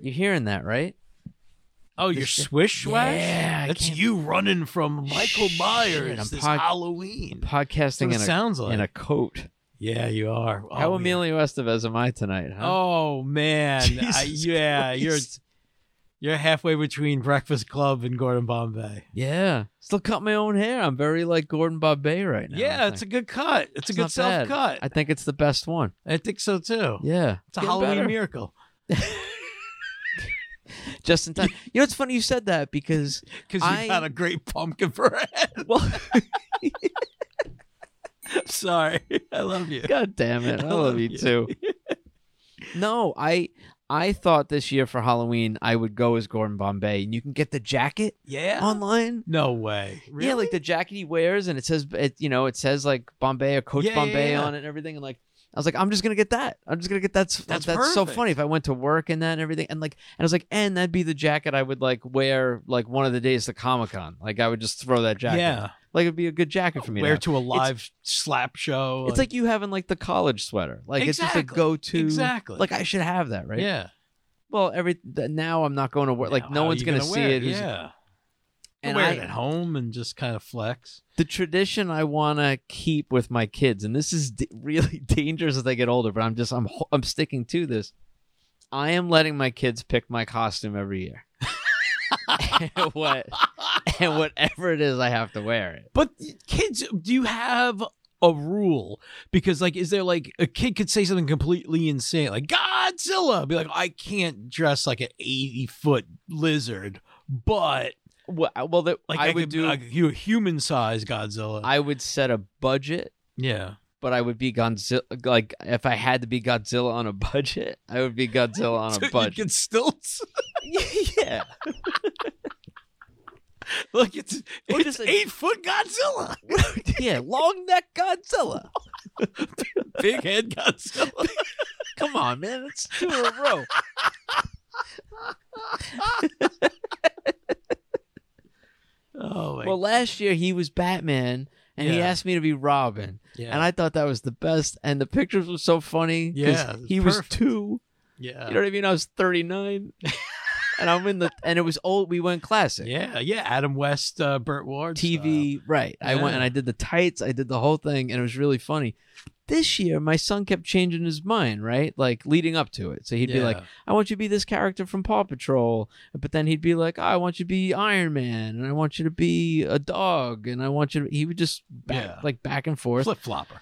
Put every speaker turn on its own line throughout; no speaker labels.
You're hearing that, right?
Oh, your swish swash?
Yeah, I
That's
can't-
you running from Michael
Shit,
Myers
I'm
this
pod-
Halloween.
Podcasting
That's what it
in a
sounds like.
in a coat.
yeah, you are. Oh,
How
yeah.
Emilio Estevez am I tonight? Huh?
Oh man, I,
Jesus
yeah, you're
Christ.
you're halfway between Breakfast Club and Gordon Bombay.
yeah. Still cut my own hair. I'm very like Gordon Bombay right now.
yeah,
I
it's a
think.
good cut. It's, a
It's
good
not
self
bad.
cut.
I think it's the best one.
I think so too.
Yeah,
It's a
Getting
Halloween
better.
miracle.
just in time. You know, it's funny you said that because
Because you
I-
got a great pumpkin for a head.
well,
Sorry. I love you.
God damn it, I love you
you.
too. No, I I thought this year for Halloween I would go as Gordon Bombay, and you can get the jacket
Yeah.
online.
no way. Really?
Yeah, like the jacket he wears, and it says it, you know, it says like Bombay or Coach
Yeah, yeah,
Bombay
yeah.
on it and everything, and like. I was like, I'm just gonna get that. I'm just gonna get that. That's
That's
that's so
perfect.
funny. If I went to work and that and everything, and like, and I was like, and that'd be the jacket I would like wear like one of the days to Comic Con. Like I would just throw that jacket.
yeah.
like it'd be a good jacket for me. to
Where
have.
to a live slap show.
It's like you having like the college sweater. Like it's just a
Exactly.
go-to.
Exactly.
Like I should have that, right?
Yeah.
Well, every th- now I'm not going to work. Like
Now,
no
how are
one's
you
going to
gonna
see
wear
it. who's-
Yeah.
And
wear
I-
it at home and just kind of flex.
The tradition I want to keep with my kids, and this is d- really dangerous as they get older, but I'm just I'm ho- I'm sticking to this. I am letting my kids pick my costume every year. and what and whatever it is, I have to wear it.
But kids, do you have a rule? Because like, is there like a kid could say something completely insane, like Godzilla, be like, I can't dress like an eighty foot lizard, but
Well, I- well that
like
I, would
could,
do.
like, you a human size Godzilla.
I would set a budget
yeah,
but I would be Godzilla. Like if I had to be Godzilla on a budget, I would be Godzilla on
So
a
you
budget.
get stilts.
yeah,
like it's
Or
it's
just a-
eight foot Godzilla,
yeah, long neck Godzilla.
big head Godzilla.
Come on, man, that's two in a row.
Oh my
Well, last year he was Batman, and he
Yeah.
asked me to be Robin,
yeah.
and I thought that was the best. And the pictures were so funny. 'cause
Yeah, it was
he
perfect.
was two.
yeah.
You know what I mean? I was thirty nine, and I'm in the and it was old. We went classic.
yeah, yeah, Adam West, uh, Burt Ward, style.
TV. Right. I went and I
Yeah.
did the tights. I did the whole thing, and it was really funny. This year, my son kept changing his mind, right? Like leading up to it. So he'd be like,
Yeah.
I want you to be this character from Paw Patrol. But then he'd be like, oh, I want you to be Iron Man, and I want you to be a dog, and I want you to. He would just back,
Yeah.
like back and forth.
flip flopper.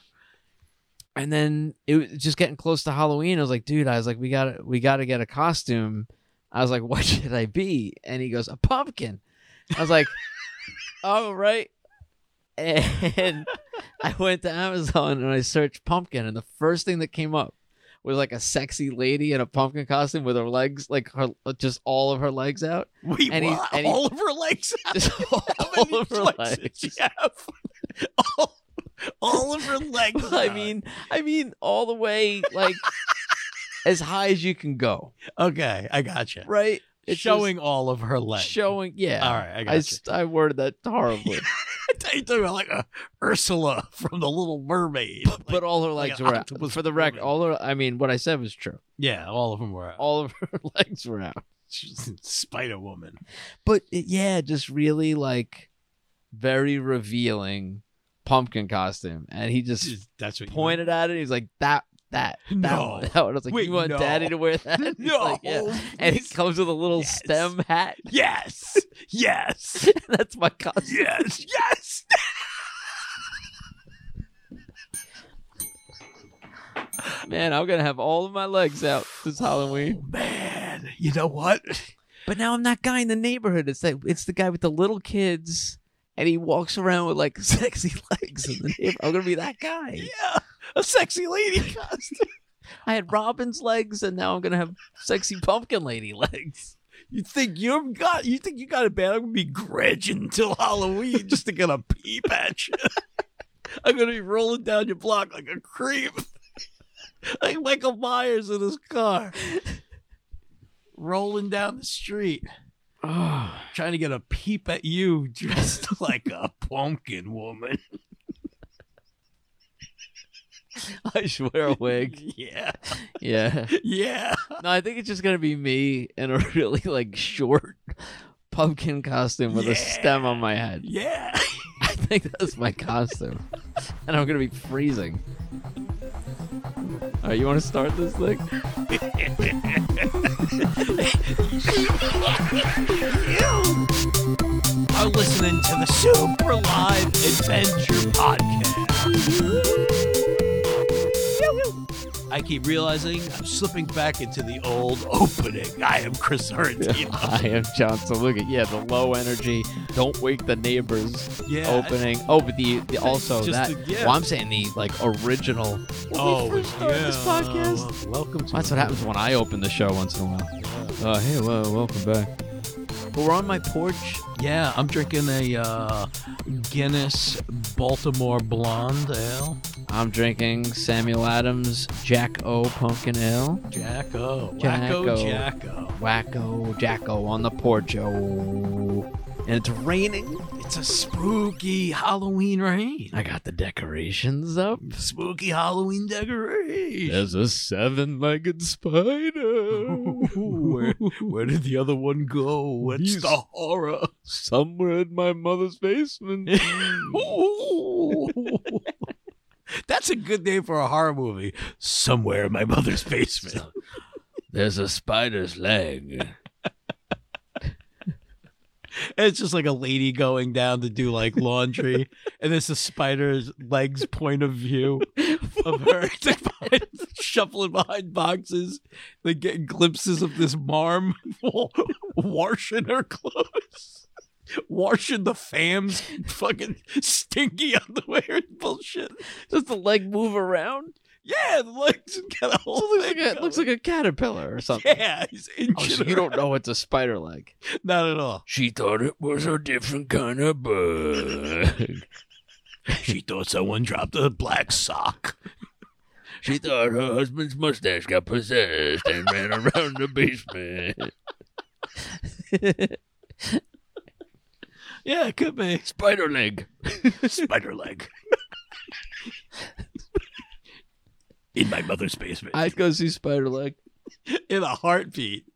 And then it was just getting close to Halloween. I was like, dude, I was like, we got to we got to get a costume. I was like, what should I be? And he goes, a pumpkin. I was like, all right. And I went to Amazon and I searched pumpkin, and the first thing that came up was like a sexy lady in a pumpkin costume with her legs, like her, just all of her legs out,
Wait,
And he-
what?
and he-
all of her legs.
just all,
How many
of her
legs
legs.
did she have? all, all of her legs.
Well, I
out.
mean, I mean, all the way like as high as you can go,
okay, I got you.
right? It's just-
showing all of her legs.
showing yeah
All right, I got
I,
you.
s- I worded that horribly
you talking about like a Ursula from the Little Mermaid. Like,
but all her
like
legs
an
were out
octopus
for the record
woman.
all her i mean what i said was true
yeah, all of them were. All,
all of her legs were out
Spider Woman.
but it, yeah just really like very revealing pumpkin costume and he just
That's what you
pointed at it he's like that that that
No.
one, that one. i was like
Wait,
you want
no.
daddy to wear that He's
No.
like, yeah. and it comes with a little
Yes.
stem hat
Yes. Yes.
that's my costume
yes. Yes.
man i'm gonna have all of my legs out this halloween
Oh, Man, you know what?
But now I'm that guy in the neighborhood. It's like it's the guy with the little kids, and he walks around with like sexy legs. In the neighborhood. I'm gonna be that guy.
Yeah, a sexy lady costume.
I had Robin's legs, and now I'm gonna have sexy pumpkin lady legs.
You think you got you think you got it bad? I'm gonna be grinching until Halloween just to get a peep at you. I'm gonna be rolling down your block like a creep, like Michael Myers in his car, rolling down the street,
Oh,
trying to get a peep at you, dressed like a pumpkin woman.
I should wear a wig.
Yeah.
Yeah.
Yeah.
No, I think it's just gonna be me in a really like short pumpkin costume with a stem on my head.
Yeah.
I think that's my costume, and I'm gonna be freezing. All right, you want to start this thing?
You are listening to the Super Live Adventure Podcast. I keep realizing I'm slipping back into the old opening. I am Chris Sorrentino.
I am John Saluga. Yeah, the low energy, don't wake the neighbors
Yeah, I-
opening. oh, but the, the also
Just
that.
the- yeah.
Well, I'm saying the like original.
oh, yeah.
this podcast.
Welcome to
That's what happens when I open the show once in a while. Uh, hey, well, welcome back. But we're on my porch.
Yeah, I'm drinking a uh, Guinness Baltimore Blonde Ale.
I'm drinking Samuel Adams Jack O Pumpkin Ale.
Jacko.
Jacko.
Wacko Jacko.
Wacko Jacko on the porch. Oh. And it's raining.
It's a spooky Halloween rain.
I got the decorations up.
Spooky Halloween decoration.
a seven legged spider
where, where did the other one go? What's
He's-
the horror?
somewhere in my mother's basement.
Ooh. That's a good name for a horror movie. Somewhere in my mother's basement.
There's a spider's leg.
And it's just like a lady going down to do like laundry, and it's a spider's legs point of view of her shuffling behind boxes. They get glimpses of this marm wa- washing her clothes, washing the fam's fucking stinky underwear and bullshit.
Does the leg move around?
Yeah, the legs got a whole thing.
It looks like a caterpillar or something.
yeah, he's inching.
Oh, so
her
you don't know it's a spider leg.
out. Not at all.
She thought it was a different kind of bug.
She thought someone dropped a black sock.
She thought her husband's mustache got possessed and ran around the basement.
Yeah, it could be.
Spider leg.
spider leg in my mother's basement
I'd go see spider leg.
in a heartbeat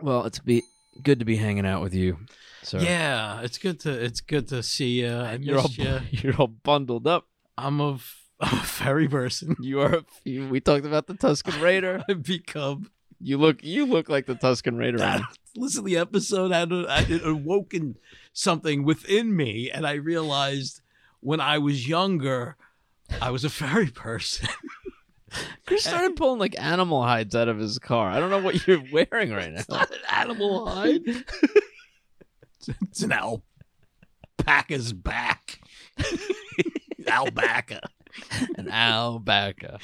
Well, it's be good to be hanging out with you. Sir.
yeah it's good to it's good to see you i
you're all
missed you
you're all bundled up.
i'm a f- I'm a fairy person
You are. a- you- We talked about the Tuscan Raider.
i've become Ah.
You look. You look like the Tuscan Raider.
that listen to the episode i had a- I- it awoken something within me and i realized when i was younger i was a fairy person
Chris started pulling like animal hides out of his car. I don't know what you're wearing right now.
an animal hide it's an alpaca's back alpaca
An alpaca.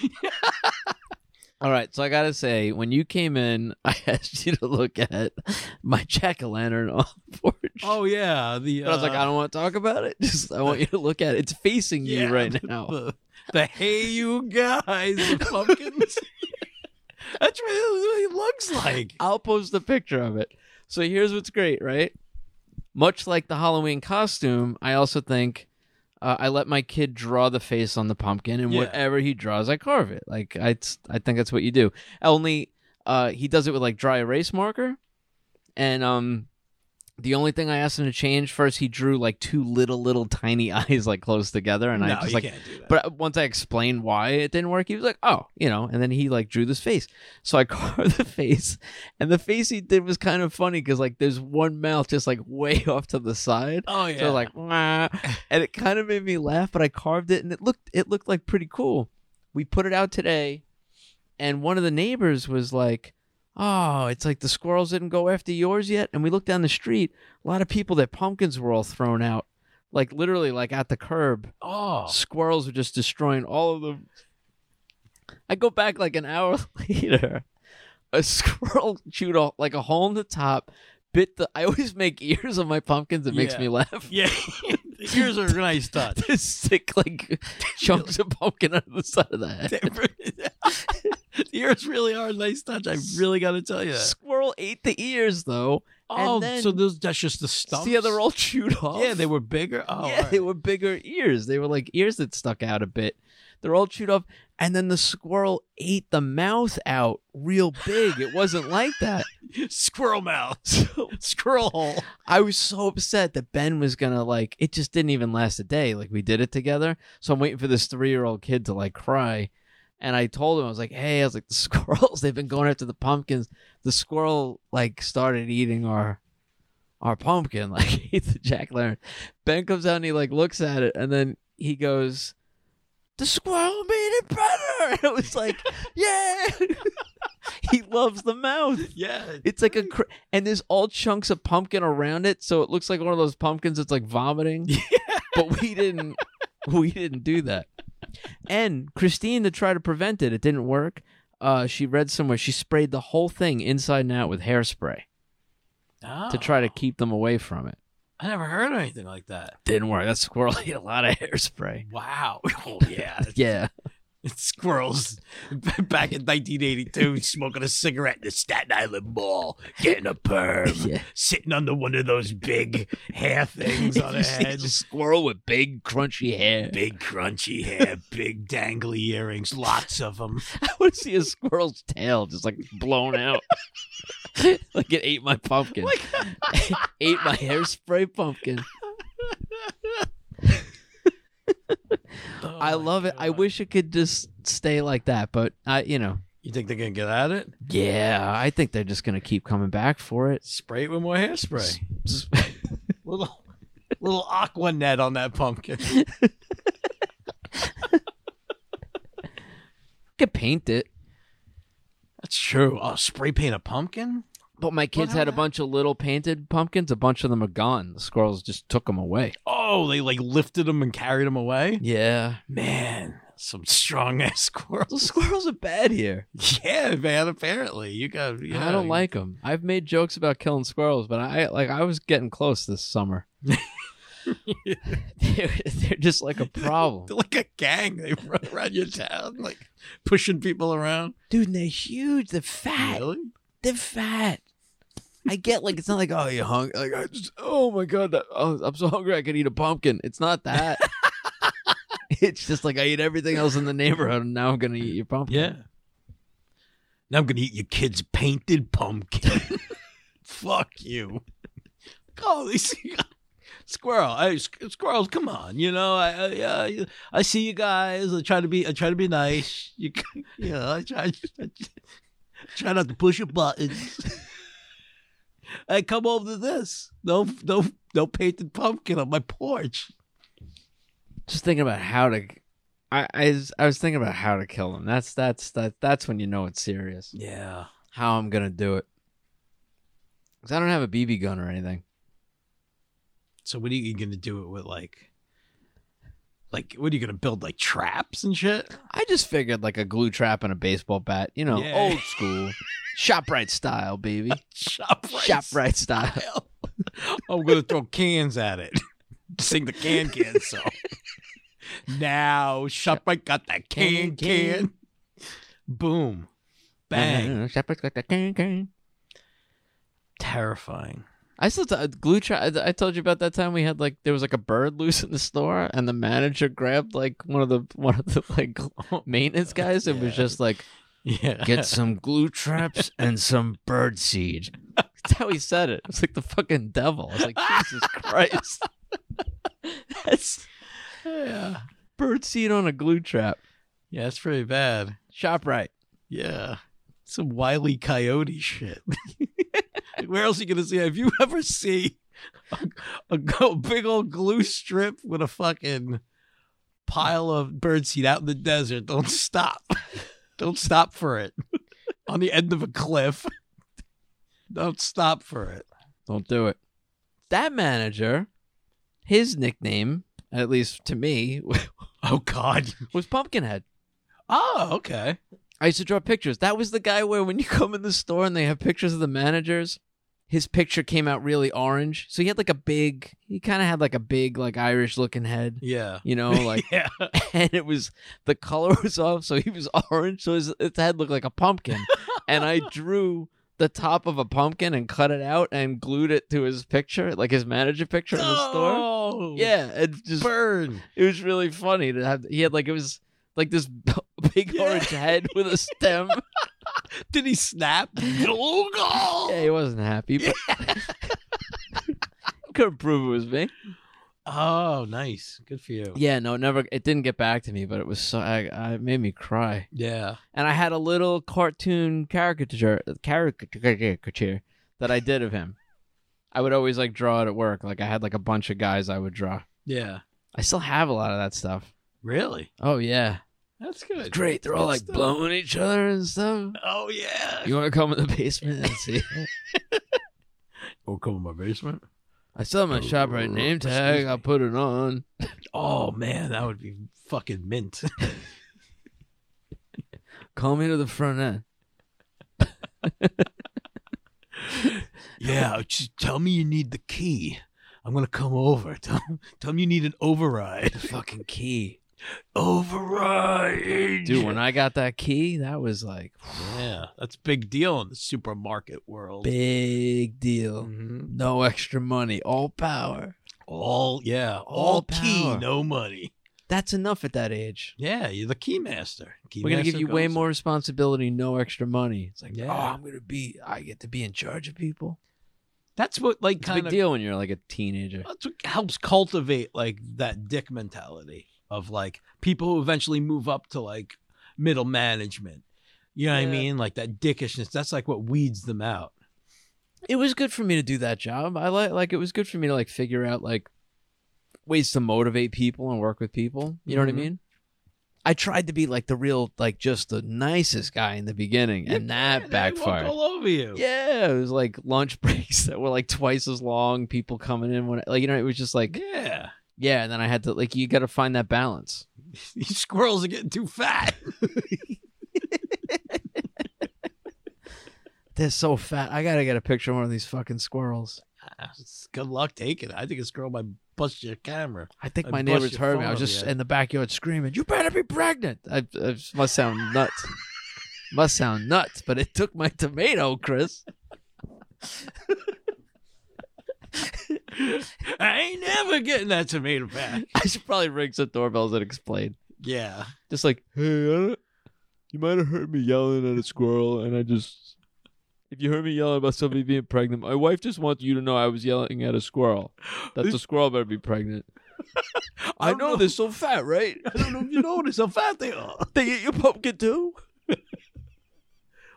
All right, so I gotta say, when you came in, I asked you to look at my jack o' lantern on the porch.
Oh yeah, the.
But I was like,
uh,
I don't want to talk about it. Just I want you to look at it. It's facing
yeah,
you right
the-
now.
The, the hey you guys, the pumpkins. That's what it really looks like.
I'll post a picture of it. So here's what's great, right? Much like the Halloween costume, I also think uh, I let my kid draw the face on the pumpkin, and
Yeah.
whatever he draws, I carve it. Like I, I think that's what you do. Only uh, he does it with like dry erase marker, and um, the only thing I asked him to change first, he drew like two little, little tiny eyes like close together, and
no,
I just
you
like
can't do that.
but uh, once I explained why it didn't work, he was like, "Oh, you know." And then he like drew this face. So I carved the face, and the face he did was kind of funny because like there's one mouth just like way off to the side.
oh yeah,
So like, "Wah," and it kind of made me laugh. But I carved it, and it looked it looked like pretty cool. We put it out today, and one of the neighbors was like. Oh, it's like the squirrels didn't go after yours yet. And we looked down the street, a lot of people, their pumpkins were all thrown out, like literally, like at the curb
oh,
squirrels are just destroying all of them. I go back like an hour later. A squirrel chewed a, like a hole in the top, bit the. I always make ears on my pumpkins. It makes
Yeah.
me laugh.
yeah. Yours are a nice touch.
There's sick like chunks of pumpkin out of the side of the head.
Yours really are a nice touch. I really got to tell you. That.
Squirrel ate the ears though.
Oh,
then-
so those that's just the stumps.
See how they're all chewed off.
Yeah, they were bigger. Oh,
yeah, they
alright.
were bigger ears. They were like ears that stuck out a bit. They're all chewed up, and then the squirrel ate the mouth out real big. It wasn't like that.
Squirrel mouth.
So
Squirrel hole.
I was so upset that Ben was gonna like. It just didn't even last a day. Like we did it together, so I'm waiting for this three year old kid to like cry. And I told him I was like, "Hey, I was like the squirrels. They've been going after the pumpkins. The squirrel like started eating our." Our pumpkin, like ate the jack lantern. Ben comes out and he like looks at it, and then he goes, "The squirrel made it better." And it was like, "Yeah!" he loves the mouth.
Yeah.
It's like a cr- and there's all chunks of pumpkin around it, so it looks like one of those pumpkins that's like vomiting. But we didn't we didn't do that. And Christine to try to prevent it, it didn't work. Uh, she read somewhere she sprayed the whole thing inside and out with hairspray to try to
Oh.
keep them away from it.
I never heard anything like that.
Didn't work. That squirrel ate a lot of hairspray.
Wow. Oh yeah.
Yeah,
Squirrels back in 1982 smoking a cigarette in the Staten Island Mall, getting a perm,
yeah.
sitting under one of those big hair things on
You
their
see
head.
the squirrel with big crunchy hair.
Big crunchy hair, big dangly earrings, lots of them.
I want to see a squirrel's tail just like blown out. like it ate my pumpkin. ate my hairspray pumpkin.
Oh
I love it. I wish it could just stay like that, but I, you know,
You think they're gonna get at it?
yeah, I think they're just gonna keep coming back for it.
Spray it with more hairspray.
S- s-
little little aqua net on that pumpkin.
could paint it,
That's true. Oh, spray paint a pumpkin?
but my kids had a bunch of little painted pumpkins. A bunch of them are gone. The squirrels just took them away.
Oh, they like lifted them and carried them away.
Yeah,
Man, some strong ass
those
squirrels.
squirrels are bad here.
Yeah, man. Apparently, you got. Yeah.
I don't like them. I've made jokes about killing squirrels, but I like I was getting close this summer. they're, they're just like a problem,
They're like a gang. They run around your town, like pushing people around.
dude. And they're huge. They're fat.
Really?
They're fat. I get like it's not like oh you hung like I just, oh my god that, oh, I'm so hungry I could eat a pumpkin. It's not that. it's just like I eat everything else in the neighborhood and now I'm gonna eat your pumpkin.
Yeah. Now I'm gonna eat your kid's painted pumpkin. Fuck you. Oh, these squirrel. Hey, squ- squirrels, come on. You know, I, I, uh, I see you guys. I try to be. I try to be nice. You, c- you know, I try. I try not to push your buttons. I come over to this. No, no, no painted pumpkin on my porch.
Just thinking about how to. I, I was- I was thinking about how to kill them. That's that's that that's when you know it's serious.
Yeah.
how I'm gonna do it. Cause I don't have a BB gun or anything.
So what are you gonna do it with like like what are you gonna build like traps and shit?
I just figured like a glue trap and a baseball bat, you know,
Yeah.
old school, Shoprite style, baby,
Shop right.
Shoprite style.
I'm gonna throw cans at it. Sing the can can song. now shop right got that can
Can,
can. Boom. Bang.
Shoprite's got that can can.
Terrifying.
I still t- uh, glue trap. I I told you about that time we had like there was like a bird loose in the store, and the manager grabbed like one of the one of the like maintenance guys and was
Yeah.
just like,
Yeah.
"Get some glue traps and some bird seed." That's how he said it. It was like the fucking devil. I was like, Jesus Christ. That's
yeah.
bird seed on a glue trap.
Yeah, that's pretty bad.
Shop right.
Yeah. Some wily coyote shit. Like, Where else are you gonna see? Have you ever see a, a go- big old glue strip with a fucking pile of birdseed out in the desert? Don't stop. Don't stop for it. On the end of a cliff. Don't stop for it.
Don't do it. That manager, his nickname, at least to me,
Oh God.
was Pumpkinhead.
Oh, okay.
I used to draw pictures. That was the guy where when you come in the store and they have pictures of the managers, his picture came out really orange. So he had like a big, he kind of had like a big, like Irish looking head,
Yeah.
you know, like,
yeah.
and it was, the color was off. So he was orange. So his, his head looked like a pumpkin. and I drew the top of a pumpkin and cut it out and glued it to his picture, like his manager picture in the store.
Oh,
Yeah. And just,
Burn.
it was really funny to have, he had like, it was, like this b- big
Yeah.
orange head with a stem.
Did he snap?
yeah, he wasn't happy. But couldn't prove it was me.
Oh, nice. Good for you.
Yeah, no, never. It didn't get back to me, but it was so. I, I it made me cry.
Yeah.
and I had a little cartoon caricature caricature that I did of him. I would always like draw it at work. Like I had like a bunch of guys I would draw.
Yeah.
I still have a lot of that stuff.
Really?
Oh yeah,
That's good.
it's great. They're all like blowing each other and stuff.
Oh yeah.
You want to come in the basement and see?
Oh, come in my basement.
I still have my ShopRite name tag. I'll put it on.
Oh man, that would be fucking mint.
Call me to the front end.
yeah. Just tell me you need the key. I'm gonna come over. Tell, tell me you need an override.
The fucking key,
Override,
dude. When I got that key, that was like
yeah, that's a big deal in the supermarket world.
big deal.
Mhm.
No extra money, all power.
All yeah, all,
All
key,
power.
no money.
That's enough at that age.
Yeah, you're the key master. Key
We're gonna
master
give you way
goes-
more responsibility, no extra money. It's like,
Yeah.
oh, I'm gonna be, I get to be in charge of people.
That's what like
It's a big
kind of
deal when you're like a teenager.
that's what helps cultivate like that dick mentality of like people who eventually move up to like middle management. You know what I
Yeah.
mean? Like that dickishness. That's like what weeds them out.
It was good for me to do that job. I like, like, it was good for me to like figure out like ways to motivate people and work with people. You know
Mhm.
what I mean? I tried to be like the real, like, just the nicest guy in the beginning,
You
and
can't,
that
they walk
backfired.
all over you.
yeah, it was like lunch breaks that were like twice as long. People coming in when, like, you know, it was just like,
Yeah.
yeah. And then I had to like, you got to find that balance.
These squirrels are getting too fat.
They're so fat. I gotta get a picture of one of these fucking squirrels.
Good luck taking it. I think a squirrel might bust your camera.
I think
I
my
bust
neighbors
your
heard me. I
phone
was
up
just
yet.
in the backyard screaming, "You better be pregnant!" I, I must sound nuts. must sound nuts, but it took my tomato, Chris.
I ain't never getting that tomato back.
I should probably ring some doorbells and explain.
Yeah.
Just like, hey, I don't, you might have heard me yelling at a squirrel, and I just. If you heard me yelling about somebody being pregnant, my wife just wants you to know I was yelling at a squirrel. That the squirrel better be pregnant. I,
don't
know,
know.
they're so fat, right?
I don't know if you notice how fat they are.
They eat your pumpkin too.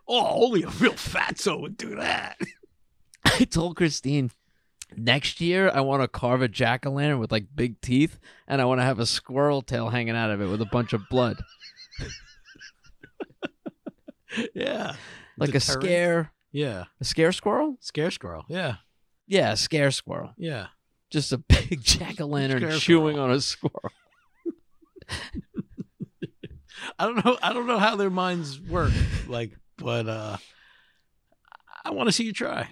Oh, only a real fatso would do that.
I told Christine, next year I want to carve a jack o' lantern with like big teeth, and I want to have a squirrel tail hanging out of it with a bunch of blood,
Yeah.
like a
Deterrent.
scare,
Yeah.
a scare squirrel.
Scare squirrel. Yeah.
Yeah, a scare squirrel.
Yeah.
Just a big jack o' lantern
Scare
chewing
squirrel.
on a squirrel.
I don't know. I don't know how their minds work. Like, but uh I want to see you try.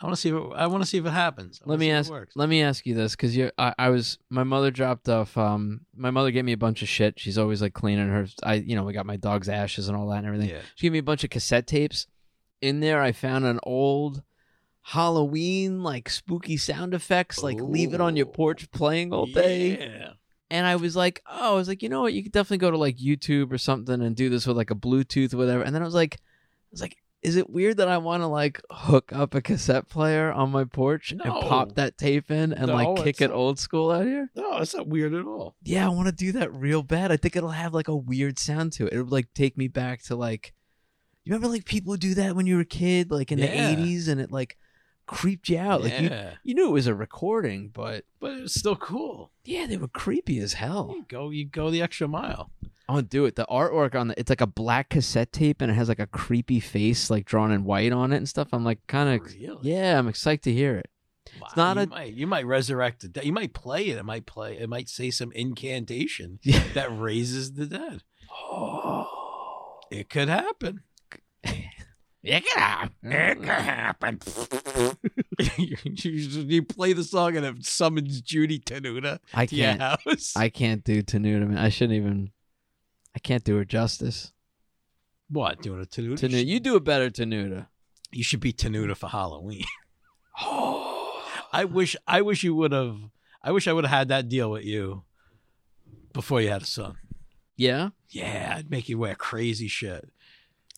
I want to see. What, I want to see if it happens. I
Let
wanna
me
see if it
ask.
works.
Let me ask you this, because you, I, I was. My mother dropped off. Um, my mother gave me a bunch of shit. She's always like cleaning her. I, you know, we got my dog's ashes and all that and everything.
Yeah.
She gave me a bunch of cassette tapes. In there, I found an old Halloween, like spooky sound effects, like leave it on your
Ooh.
porch playing all day.
Yeah.
And I was like, oh, I was like, you know what? You could definitely go to like YouTube or something and do this with like a Bluetooth, or whatever. And then I was like, I was like, is it weird that I want to like hook up a cassette player on my porch and
No.
pop that tape in and
No,
like kick
it's-
it old school out here?
No, it's not weird at all.
yeah, I want to do that real bad. I think it'll have like a weird sound to it. It'll like take me back to like, you remember like people who do that when you were a kid, like in
Yeah.
the eighties, and it like creeped you out. Like you,
yeah.
you knew it was a recording, but
but it's still cool.
yeah, they were creepy as hell.
You go. You go the extra mile.
Oh, do it. The artwork on the it's like a black cassette tape, and it has like a creepy face like drawn in white on it and stuff. I'm like kind of
Really?
yeah, I'm excited to hear it.
Wow,
not
you
a-
might, you might resurrect the dead. You might play it. It might play. It might say some incantation
Yeah.
that raises the dead.
Oh,
It could happen.
it could happen.
happen. you, you- you play the song and it summons Judy Tenuta
I
to your
can't.
house.
I can't do Tanuta, man. I shouldn't even. I can't do her justice.
what doing a Tenuta?
Tanuta, you do a better Tanuta.
you should be Tenuta for Halloween. I wish. I wish you would have. I wish I would have had that deal with you before you had a son.
Yeah.
Yeah, I'd make you wear crazy shit.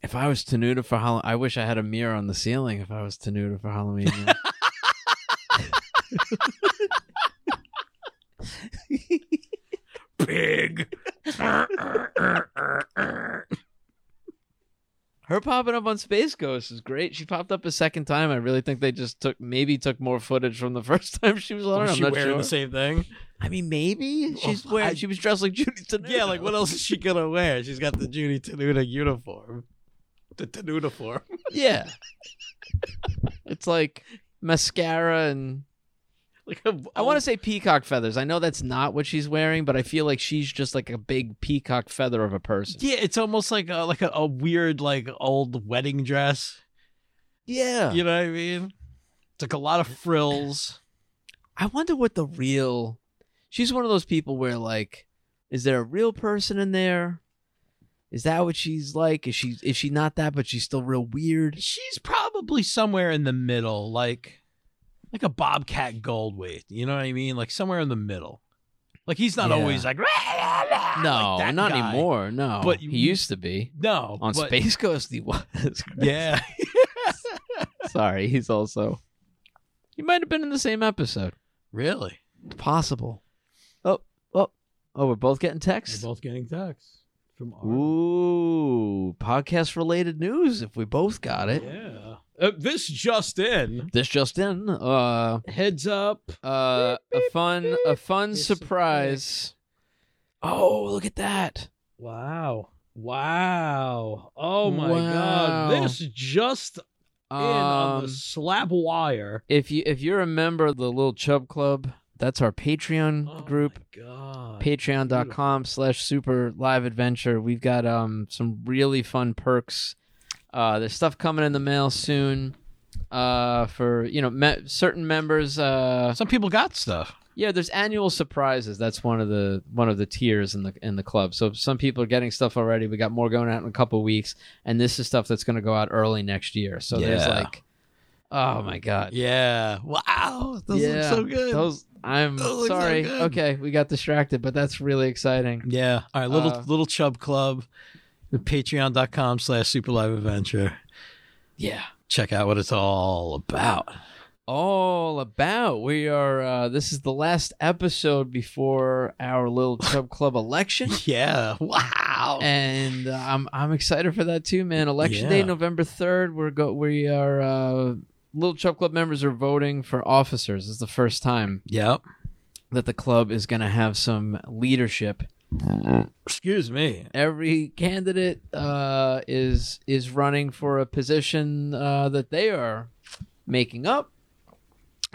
If I was Tenuta for Halloween, I wish I had a mirror on the ceiling. If I was Tenuta for Halloween, man.
Big. That's
her popping up on Space Ghost is great. She popped up a second time. I really think they just took maybe took more footage from the first time she was on. it. I'm
she
not
wearing
sure.
the same thing?
I mean, maybe she's
Well,
wearing.
I-
she was dressed like Judy Tenuta.
Yeah, like what else is she gonna wear? She's got the Judy Tenuta uniform. The Tenuta form.
Yeah. it's like mascara and
Like a,
I want to say peacock feathers. I know that's not what she's wearing, but I feel like she's just like a big peacock feather of a person.
Yeah, it's almost like a, like a, a weird like old wedding dress.
Yeah.
You know what I mean? It's like a lot of frills.
I wonder what the real. She's one of those people where like, is there a real person in there? Is that what she's like? Is she is she not that, but she's still real weird?
She's probably somewhere in the middle, like like a Bobcat Goldthwait. You know what I mean? Like somewhere in the middle. Like he's not
Yeah.
always like no,
No, not anymore. No,
But you-
he used to be
No,
on
but-
Space Ghost. He was.
Yeah,
Sorry, he's also. He might have been in the same episode.
really.
It's possible. Oh, oh, oh! We're both getting texts.
both getting texts from
Ooh, podcast related news if we both got it.
Yeah. Uh, this just in.
This just in, uh
Heads up.
uh a fun a fun
It's
surprise. Oh, look at that.
Wow. Wow. Oh my
Wow.
god. This just in on
Um,
the slab wire.
if you if you're a member of the Little Chub Club, that's our Patreon
Oh
group.
my god.
Patreon.com slash super live adventure. We've got um some really fun perks. Uh there's stuff coming in the mail soon. Uh for you know me- certain members uh
Some people got stuff.
Yeah, there's annual surprises. That's one of the one of the tiers in the in the club. So some people are getting stuff already. We got more going out in a couple weeks, and this is stuff that's going to go out early next year. So there's
Yeah.
like, oh my god,
Yeah. Wow. Those
Yeah.
look so good.
those. I'm
Those look so
sorry.
good.
okay, we got distracted, but that's really exciting.
Yeah. All right, little
Uh,
little chub club. Patreon.com slash super live adventure.
Yeah,
Check out what it's all about.
all about we are. Uh, this is the last episode before our little club club election.
Yeah. Wow.
and uh, I'm I'm excited for that too, man. Election
Yeah.
day, November third. We're go we are uh, Little Chub Club members are voting for officers. It's the first time
yep.
that the club is going to have some leadership.
Excuse me.
Every candidate uh, is is running for a position uh, that they are making up.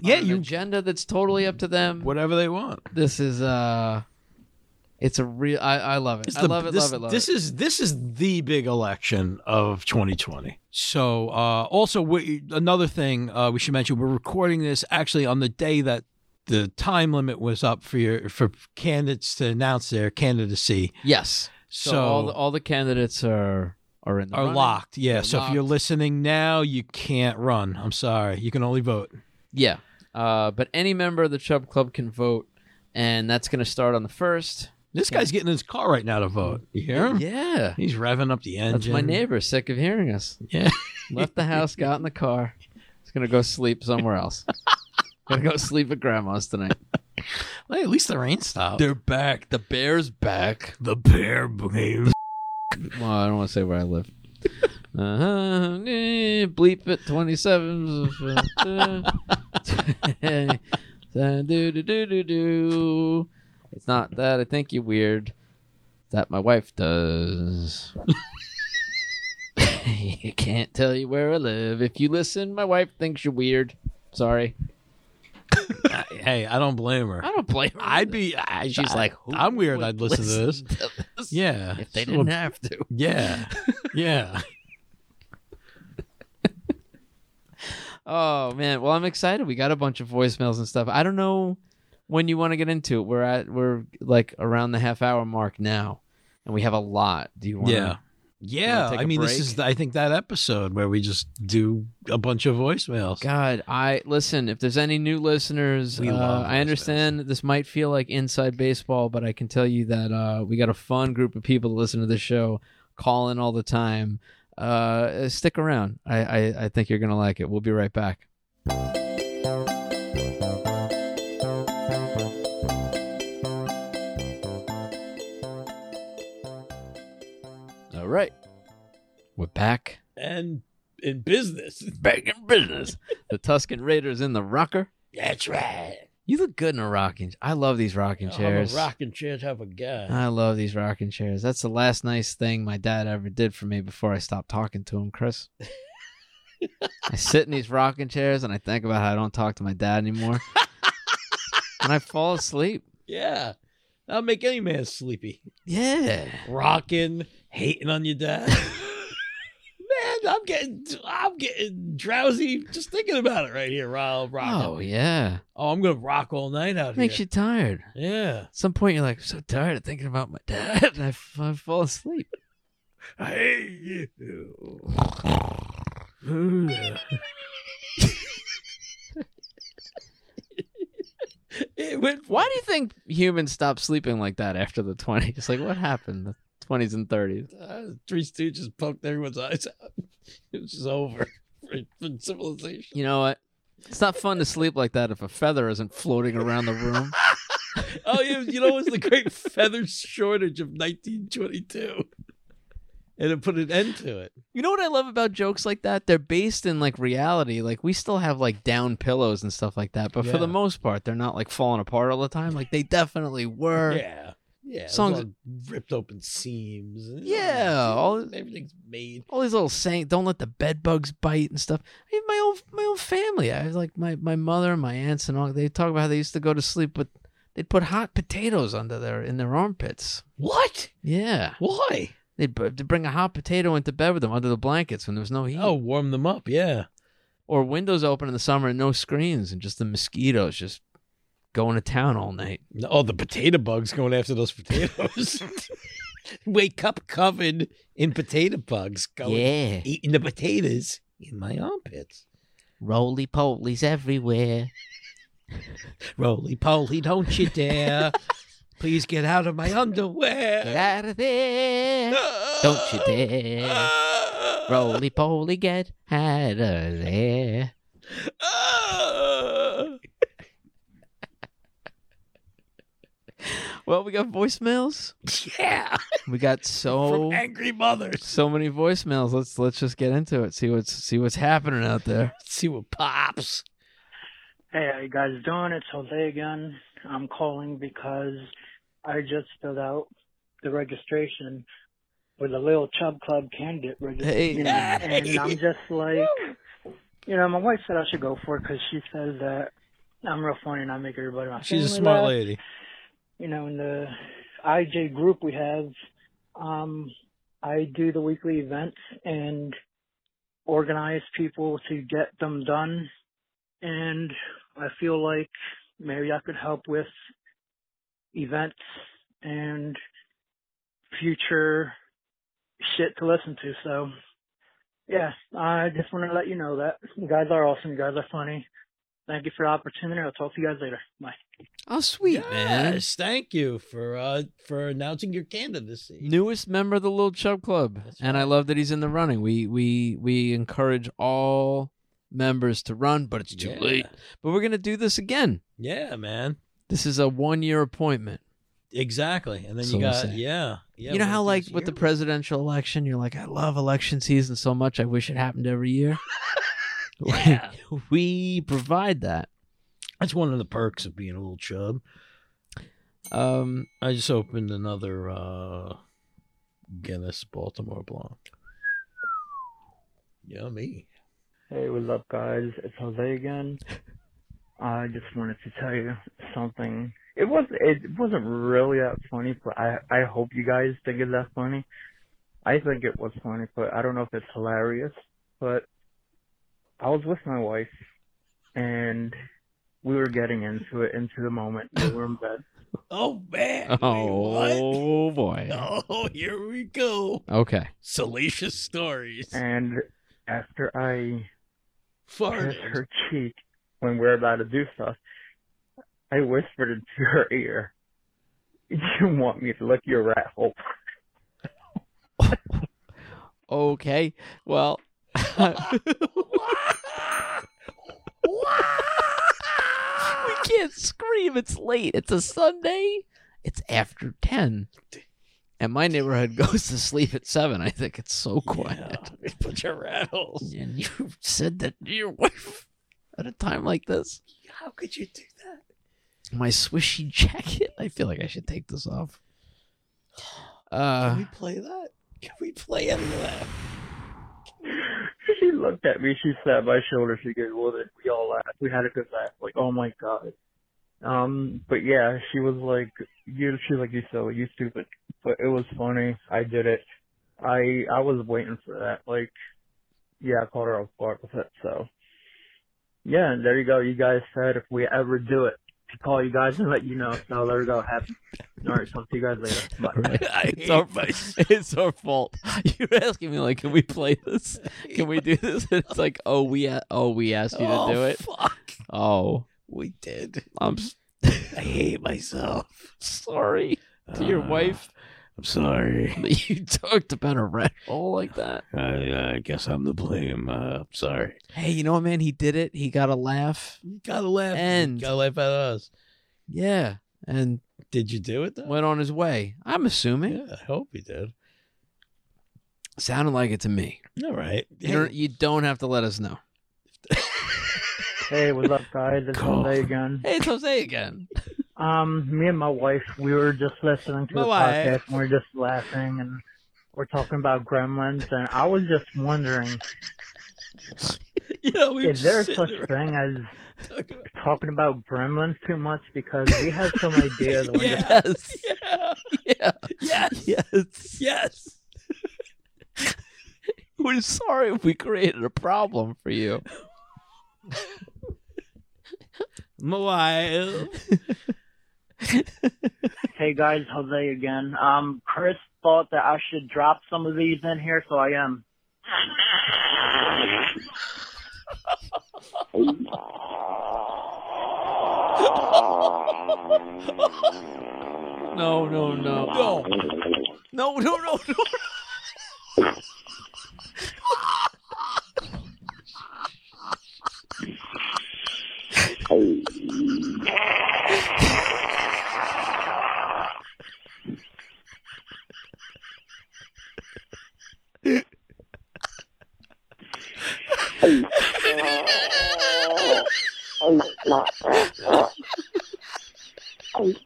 Yeah,
on an
you-
agenda that's totally up to them.
Whatever they want.
This is uh, it's a real. I, I love it.
It's
I
the-
love it.
this,
love it. Love
this
it.
is this is the big election of 2020. So, uh, also we, another thing uh, we should mention: we're recording this actually on the day that the time limit was up for your for candidates to announce their candidacy.
yes. So,
So,
all the, all the candidates are are in the
are
running.
locked. Yeah.
They're
so if you're
locked.
listening now, you can't run. I'm sorry. You can only vote.
Yeah. Uh, but any member of the Chubb Club can vote, and that's going to start on the first.
This guy's getting in his car right now to vote. You hear him?
Yeah.
He's revving up the engine.
That's my neighbor, sick of hearing us.
Yeah.
Left the house, got in the car. He's going to go sleep somewhere else. Gonna go sleep at grandma's tonight.
Hey, at least the rain stopped.
They're back. The bear's back.
the bear brave.
Well, I don't want to say where I live. Uh-huh. Eh, bleep it. Twenty-seven. do, do, do, do, do. It's not that I think you weird. It's That my wife does. you can't tell you where I live. If you listen, my wife thinks you're weird. Sorry,
Hey, I don't blame her.
I don't blame her.
I'd
either.
be. I,
She's
I-
like, who
I'm weird.
would
I'd listen, to this.
to this
Yeah.
if they
So-
didn't have to.
yeah. yeah.
Oh man, well I'm excited. We got a bunch of voicemails and stuff. I don't know when you want to get into it. We're at we're like around the half hour mark now, and we have a lot. Do you want?
Yeah.
wanna
Yeah,
take
I
a
mean,
break?
this is the, I think that episode where we just do a bunch of voicemails.
God, I listen. If there's any new listeners,
We
uh,
love
I understand this might feel like inside baseball, but I can tell you that uh, we got a fun group of people that listen to this show, call in all the time. Uh, stick around. I, I, I think you're gonna like it. We'll be right back.
Uh,
All right, we're back
And in business,
back in business. the Tuscan Raiders in the rocker.
that's right. Oh,
You look good in a rocking. I love these rocking chairs.
I'm a rocking chair type of guy.
I love these rocking chairs. That's the last nice thing my dad ever did for me before I stopped talking to him, Chris. I sit in these rocking chairs and I think about how I don't talk to my dad anymore. and I fall asleep.
yeah, I'll make any man sleepy.
Yeah.
Rocking, hating on your dad. Man, I'm getting I'm getting drowsy just thinking about it right here, Rob. Rocking.
Oh, yeah. Oh,
Oh, I'm gonna rock all night out
Makes
here.
you tired.
yeah,
At some point, you're like, I'm so tired of thinking about my dad. And I, f- I fall asleep.
I hate you. it went.
Why do you think humans stopped sleeping like that after the 20s? Like, what happened the 20s and 30s?
Uh, Three Stooges poked everyone's eyes out. It was just over for, for civilization.
You know what? It's not fun to sleep like that if a feather isn't floating around the room.
Oh, yeah, you know, it was the great feather shortage of 1922. And it put an end to it.
You know what I love about jokes like that? They're based in like reality. Like we still have like down pillows and stuff like that, but for
Yeah.
the most part, they're not like falling apart all the time. Like they definitely were.
Yeah. Yeah. it was
Songs-
all ripped open seams. and-
Yeah, all-
everything's made.
all these little saying don't let the bed bugs bite and stuff I mean, my own my own family i was like my my mother and my aunts and all they talk about how they used to go to sleep with they'd put hot potatoes under their in their armpits
What?
yeah
Why?
they'd, bu- they'd bring a hot potato into bed with them under the blankets when there was no heat
Oh, warm them up. Yeah.
or windows open in the summer and no screens and just the mosquitoes just going to town all night
Oh, the potato bugs going after those potatoes. Wake up covered in potato bugs going
yeah
eating the potatoes in my armpits.
roly polies everywhere
Roly poly, don't you dare. Please get out of my underwear.
get out of there don't you dare Roly poly, get out of there. Well, we got voicemails.
yeah.
We got
From
so
angry mothers.
so many voicemails. Let's let's just get into it. See what's see what's happening out there.
see what pops.
Hey, how you guys doing? It's Jose again. I'm calling because I just filled out the registration for the Little Chub Club candidate
Hey.
registration. And I'm just like, you know, my wife said I should go for it because she says that I'm real funny and I make everybody in my
She's a
family
smart
laugh.
lady.
You know, in the IJ group we have, um, I do the weekly events and organize people to get them done and I feel like maybe I could help with events and future shit to listen to. So, yeah, I just want to let you know that you guys are awesome. You guys are funny. Thank you for the opportunity. I'll talk to you guys later. Bye.
Oh, sweet man!
Yes, thank you for uh for announcing your candidacy.
Newest member of the Little Chub Club,
That's
and I
right.
love that he's in the running. We we we encourage all members to run, but it's too
Yeah.
late. But we're gonna do this again.
Yeah, man.
This is a one year appointment.
Exactly. And then
So
you
I'm
got
saying.
yeah, yeah.
you know
we'll
how
do
like
this
with the
yearly.
presidential election, you're like, I love election season so much. I wish it happened every year.
Yeah.
we provide that.
That's one of the perks of being a little chub.
Um,
I just opened another uh Guinness Baltimore Blanc. Yummy.
Hey, what's up, guys? It's Jose again. I just wanted to tell you something. It was it wasn't really that funny, but I I hope you guys think it's that funny. I think it was funny, but I don't know if it's hilarious. But I was with my wife, and we were getting into it into the moment. We were in bed,
Oh man. Wait,
Oh
what?
boy.
Oh, here we go.
Oh. Okay.
Salacious stories.
And after I kiss
Farted.
her cheek when we're about to do stuff, I whispered into her ear, "You want me to lick your rat hole?"
Okay. Well. we can't scream. It's late. It's a Sunday. It's after 10. And my neighborhood goes to sleep at 7. I think it's so quiet.
Yeah, put your rattles.
And you said that to your wife at a time like this.
How could you do that?
My swishy jacket. I feel like I should take this off.
Can
Uh,
we play that? Can we play any of that?
She looked at me. She sat my shoulder. She giggled, and we all laughed. We had a good laugh. Like, oh my god. Um, but yeah, she was like, "You," she was like, "You silly, you stupid." But it was funny. I did it. I I was waiting for that. Like, yeah, I caught her off guard with it. So, yeah, and there you go. You guys said if we ever do it, to call you guys and let you know. So there we go. Happy. All right, talk to you guys later. Bye.
I
It's our-
hate myself.
it's our fault. You're asking me like, can we play this? Can we do this? And it's like, oh, we a- oh we asked you to
Oh,
do it.
Fuck.
Oh,
We did.
I'm s-
I hate myself.
sorry to your
Uh,
wife
I'm sorry.
that you talked about a rat hole like that.
I, I guess I'm to blame. Uh, I'm sorry.
Hey, you know what, man? He did it. He got a laugh.
You gotta laugh.
And-
you gotta laugh at us.
Yeah, and
Did you do it though?
went on his way. I'm assuming.
yeah, I hope you did.
Sounded like it to me.
All right.
You don't, you don't have to let us know.
Hey, what's up, guys? It's
Cool.
Jose again.
Hey, it's Jose again.
Um, me and my wife, we were just listening to
My
the
wife.
podcast and we are just laughing and we're talking about gremlins and I was just wondering,
you know, we were
is there
just
such
sitting
thing as
there talking about-
talking about gremlins too much? Because we have some idea that we just
Yeah.
Yes.
Yeah.
Yeah.
Yes.
Yes.
Yes.
We're sorry if we created a problem for you.
My wife.
Hey guys, Jose again. Um, Chris thought that I should drop some of these in here, so I am.
No, no, no.
No.
No, no, no, no.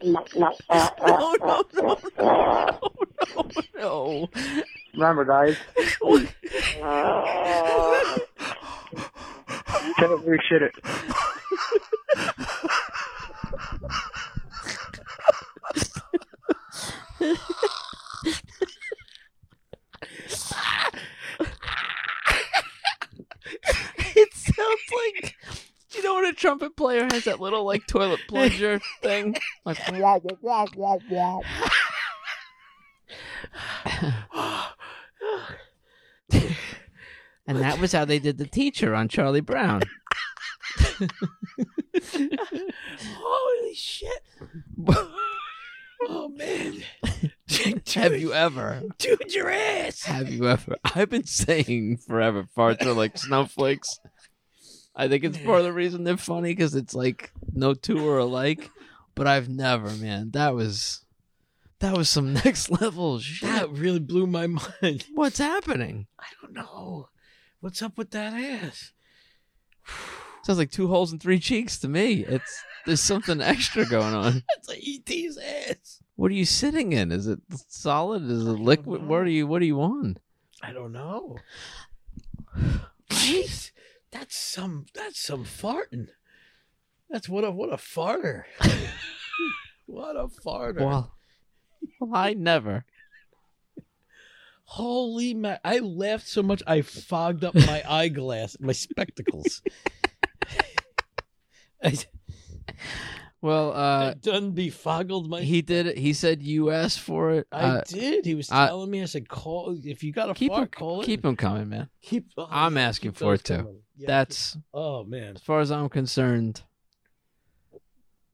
No, no, no, no, no, no.
Remember, guys, don't reshit it.
It sounds like you know when a trumpet player has that little like toilet plunger thing, like wah wah wah wah wah. And that was how they did the teacher on Charlie Brown.
Holy shit. Oh man.
Have you ever?
dude your ass?
Have you ever? I've been saying forever, farts are like snowflakes. I think it's part of the reason they're funny because it's like no two are alike. But I've never, man. That was that was some next level shit.
That really blew my mind.
What's happening?
I don't know. What's up with that ass?
Sounds like two holes and three cheeks to me. It's there's something extra going on.
That's like ET's ass.
What are you sitting in? Is it solid? Is it liquid? What are you? What are you on?
I don't know. that's some that's some farting. That's what a what a farter. what a farter.
Well, well, I never.
Holy ma I laughed so much I fogged up my eyeglass, my spectacles. I,
Well, uh,
I done befoggled my.
he did. He said you asked for it.
I
Uh,
did. He was
I-
telling me. I said, "Call if you got a
keep
fart,
him,
call it."
keep him coming, man.
Keep. oh,
I'm
yeah,
asking
keep
for
those
it, too.
coming. Yeah,
That's
keep- Oh man.
as far as I'm concerned.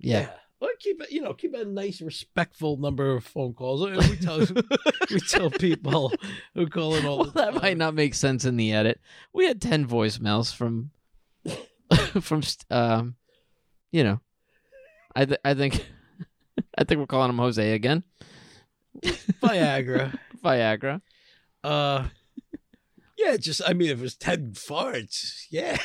Yeah,
Well, keep it. You know, keep a nice, respectful number of phone calls. I mean, We tell we tell people who call in all
well,
the time.
that might not make sense in the edit. We had ten voicemails from, from, st- um, you know, I th- I think, I think we're calling him Jose again.
Viagra.
Viagra.
Uh, yeah. Just I mean, if it was ten farts, yeah.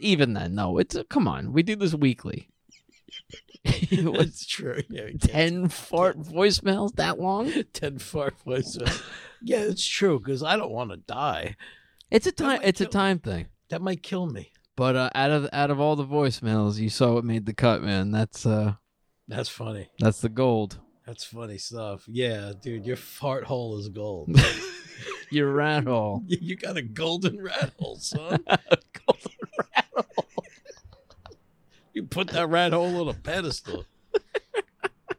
Even then, no. It's come on. We do this weekly. it was
That's true. Yeah, you can't
ten fart voicemails that long.
ten fart was. uh, yeah, it's true because I don't want to die.
It's a
That
time.
might
It's a
kill
time thing.
That might kill me.
But uh, out of out of all the voicemails, you saw what made the cut, man. That's uh,
That's funny.
that's the gold.
That's funny stuff. Yeah, dude, your fart hole is gold.
Your rat hole.
you you got a golden rat hole, son.
Golden
rat hole. you put that rat hole on a pedestal.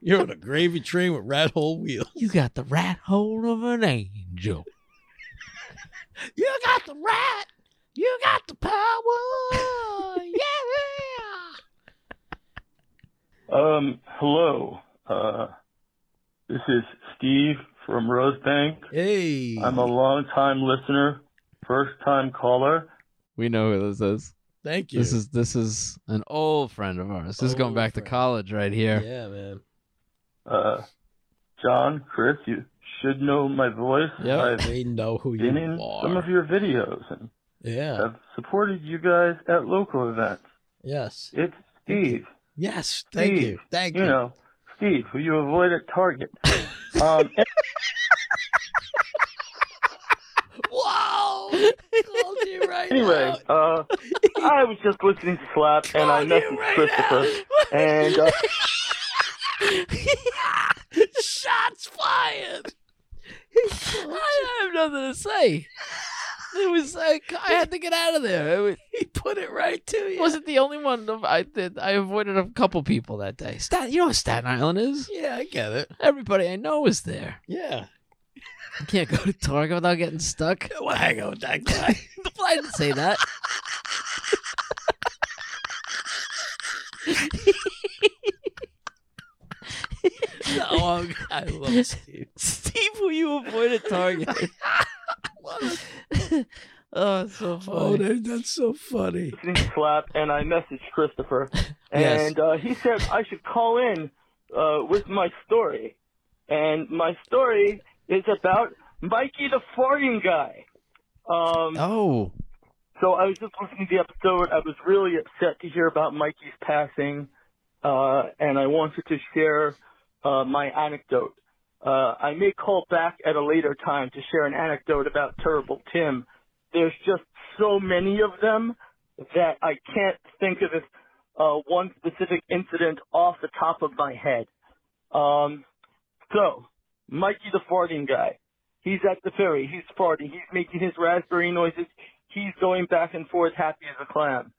You're on a gravy train with rat hole wheels.
You got the rat hole of an angel.
You got the rat. You got the power. yeah.
Um, hello. Uh, this is Steve from Rosebank.
Hey.
I'm a long-time listener, first-time caller.
We know who this is.
Thank you.
This is this is an old friend of ours. This is going
Old
back
friend.
to college right here.
yeah, man.
Uh, John, Chris, you should know my voice.
Yep.
I've
They know who you
been in some of
are.
your videos and
Yeah.
I've supported you guys at local events.
Yes.
It's Steve.
Yes. Thank
Steve,
you. Thank
You know, Steve, who you avoid at Target. um,
Wow. Oh, Called you right
anyway,
out.
uh, I was just listening to Slap and I
Called
messaged
you right
Christopher.
out.
And uh,
Shots fired.
I have nothing to say. It was like I had to get out of there. It was,
He put it right to you.
wasn't the only one. of- I did. I avoided a couple people that day. Stat, you know what Staten Island is.
yeah, I get it.
Everybody I know is there.
Yeah.
I can't go to Target without getting stuck.
Well, hang on with that guy.
I didn't say that.
no, I'm- I love Steve.
Steve, will you avoid at Target? oh, it's so
Oh,
funny.
that, that's so funny.
listening to Slap, and I messaged Christopher,
Yes.
and uh, he said I should call in uh, with my story, and my story is about Mikey the farting guy. Um,
Oh,
so I was just listening to the episode. I was really upset to hear about Mikey's passing, uh, and I wanted to share uh, my anecdote. Uh, I may call back at a later time to share an anecdote about Terrible Tim. There's just so many of them that I can't think of this uh, one specific incident off the top of my head. Um, so, Mikey the farting guy. He's at the ferry. He's farting. He's making his raspberry noises. He's going back and forth happy as a clam.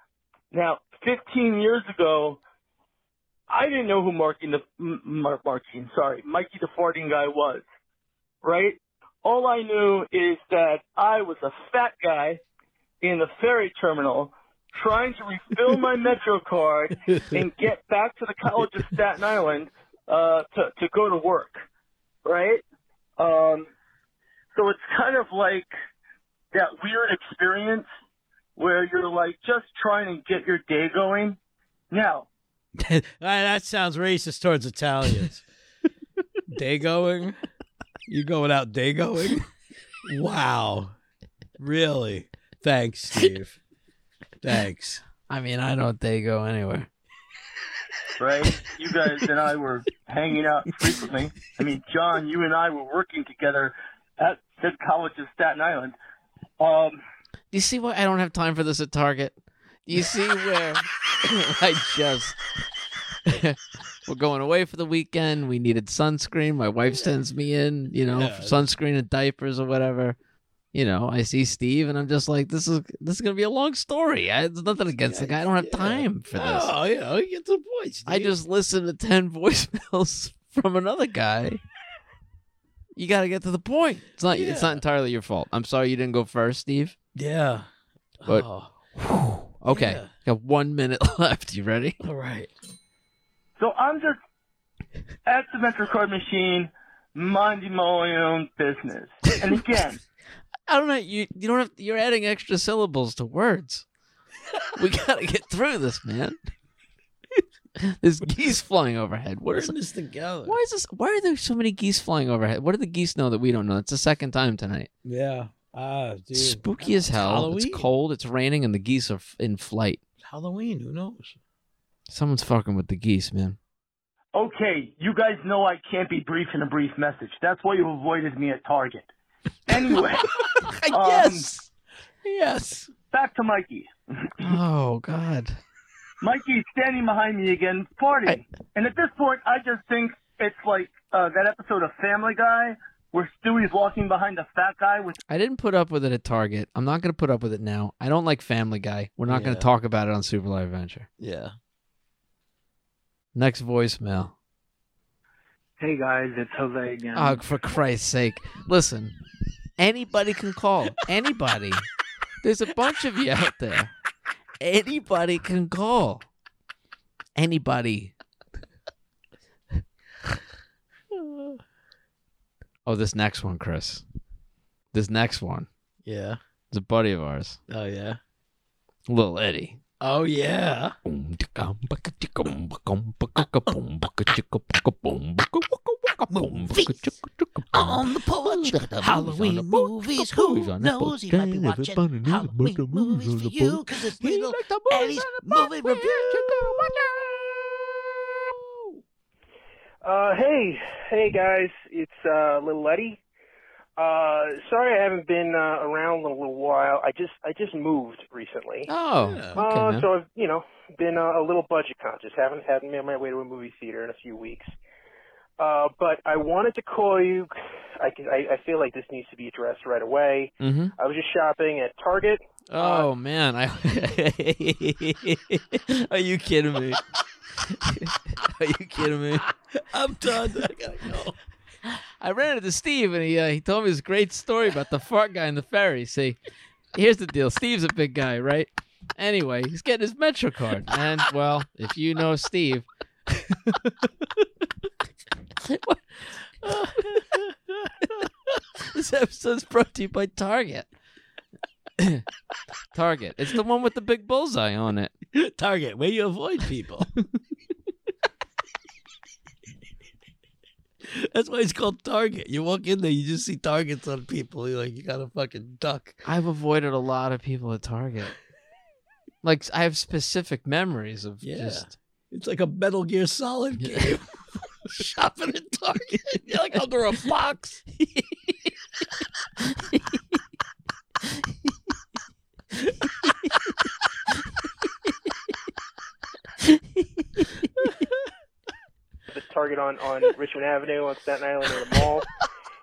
Now, 15 years ago, I didn't know who Marky the M- Mar- Marky, sorry, Mikey the farting guy was, right? All I knew is that I was a fat guy in the ferry terminal trying to refill my Metro card and get back to the College of Staten Island uh, to to go to work, right? Um, so it's kind of like that weird experience where you're like just trying to get your day going. Now,
Ah, that sounds racist towards Italians. day going? You going out day going? Wow. Really? Thanks, Steve. Thanks.
I mean, I don't they go anywhere.
right? You guys and I were hanging out frequently. I mean, John, you and I were working together at said college of Staten Island. Um,
Do you see why I don't have time for this at Target? Do you see where I just. We're going away for the weekend. We needed sunscreen. My wife sends me in, you know,
Yeah.
sunscreen and diapers or whatever. you know, I see Steve and I'm just like, this is this is gonna be a long story. I, there's nothing against the guy. I don't have
Yeah.
time for this.
Oh, yeah, you get the point.
I
Steve.
just listened to ten voicemails from another guy. You got to get to the point. It's not. It's
Yeah.
not entirely your fault. I'm sorry you didn't go first, Steve.
yeah.
But-
Oh,
Okay,
Yeah.
got one minute left. You ready?
all right.
So I'm just at the venture card machine, minding my own business. And again,
I don't know. You you don't have. You're adding extra syllables to words. we gotta get through this, man. There's geese flying overhead. What
We're
is?
in this together.
Why is this? Why are there so many geese flying overhead? What do the geese know that we don't know? It's the second time tonight.
Yeah. Ah, dude.
Spooky as
It's
hell.
Halloween.
It's cold. It's raining, and the geese are f- in flight.
Halloween. Who knows?
Someone's fucking with the geese, man.
okay, you guys know I can't be brief in a brief message. That's why you avoided me at Target. Anyway, Yes.
Yes.
back to Mikey.
Oh God.
Mikey's standing behind me again, partying. And at this point, I just think it's like uh, that episode of Family Guy where Stewie's walking behind the fat guy with
I didn't put up with it at Target. I'm not gonna put up with it now. I don't like Family Guy. We're not gonna
Yeah.
talk about it on Super Live Adventure.
Yeah.
Next voicemail.
Hey guys, it's Jose again.
Oh, for Christ's sake. Listen, anybody can call. Anybody. There's a bunch of you out there. Anybody can call. Anybody. Oh, this next one, Chris. This next one.
Yeah.
It's a buddy of ours,
Oh yeah.
Little Eddie.
Oh yeah.
on the porch. Halloween movies. Who knows? You might be watching Halloween movies for you because it's little Eddie's movie review.
Uh, hey, hey guys, it's uh, Little Letty. Uh, sorry I haven't been uh, around in a little while. I just I just moved recently.
Oh,
Yeah.
okay,
uh,
man.
so I've you know been uh, a little budget conscious. Haven't had made my way to a movie theater in a few weeks. Uh, but I wanted to call you. I, can, I I feel like this needs to be addressed right away.
hmm
I was just shopping at Target.
Uh,
Oh man, I Are you kidding me? Are you kidding me?
I'm done. I gotta go.
I ran into Steve and he uh, he told me this great story about the fart guy in the ferry. See, here's the deal: Steve's a big guy, right? Anyway, he's getting his Metro card, and well, if you know Steve, this episode's brought to you by Target. Target. It's the one with the big bullseye on it.
Target, where you avoid people. That's why it's called Target. You walk in there, you just see targets on people. You're like, you gotta fucking duck.
I've avoided a lot of people at Target. Like I have specific memories of
Yeah.
just
It's like a Metal Gear Solid
Yeah.
game. Shopping at Target. You're like under a box.
this Target on on Richmond Avenue on Staten Island in the mall.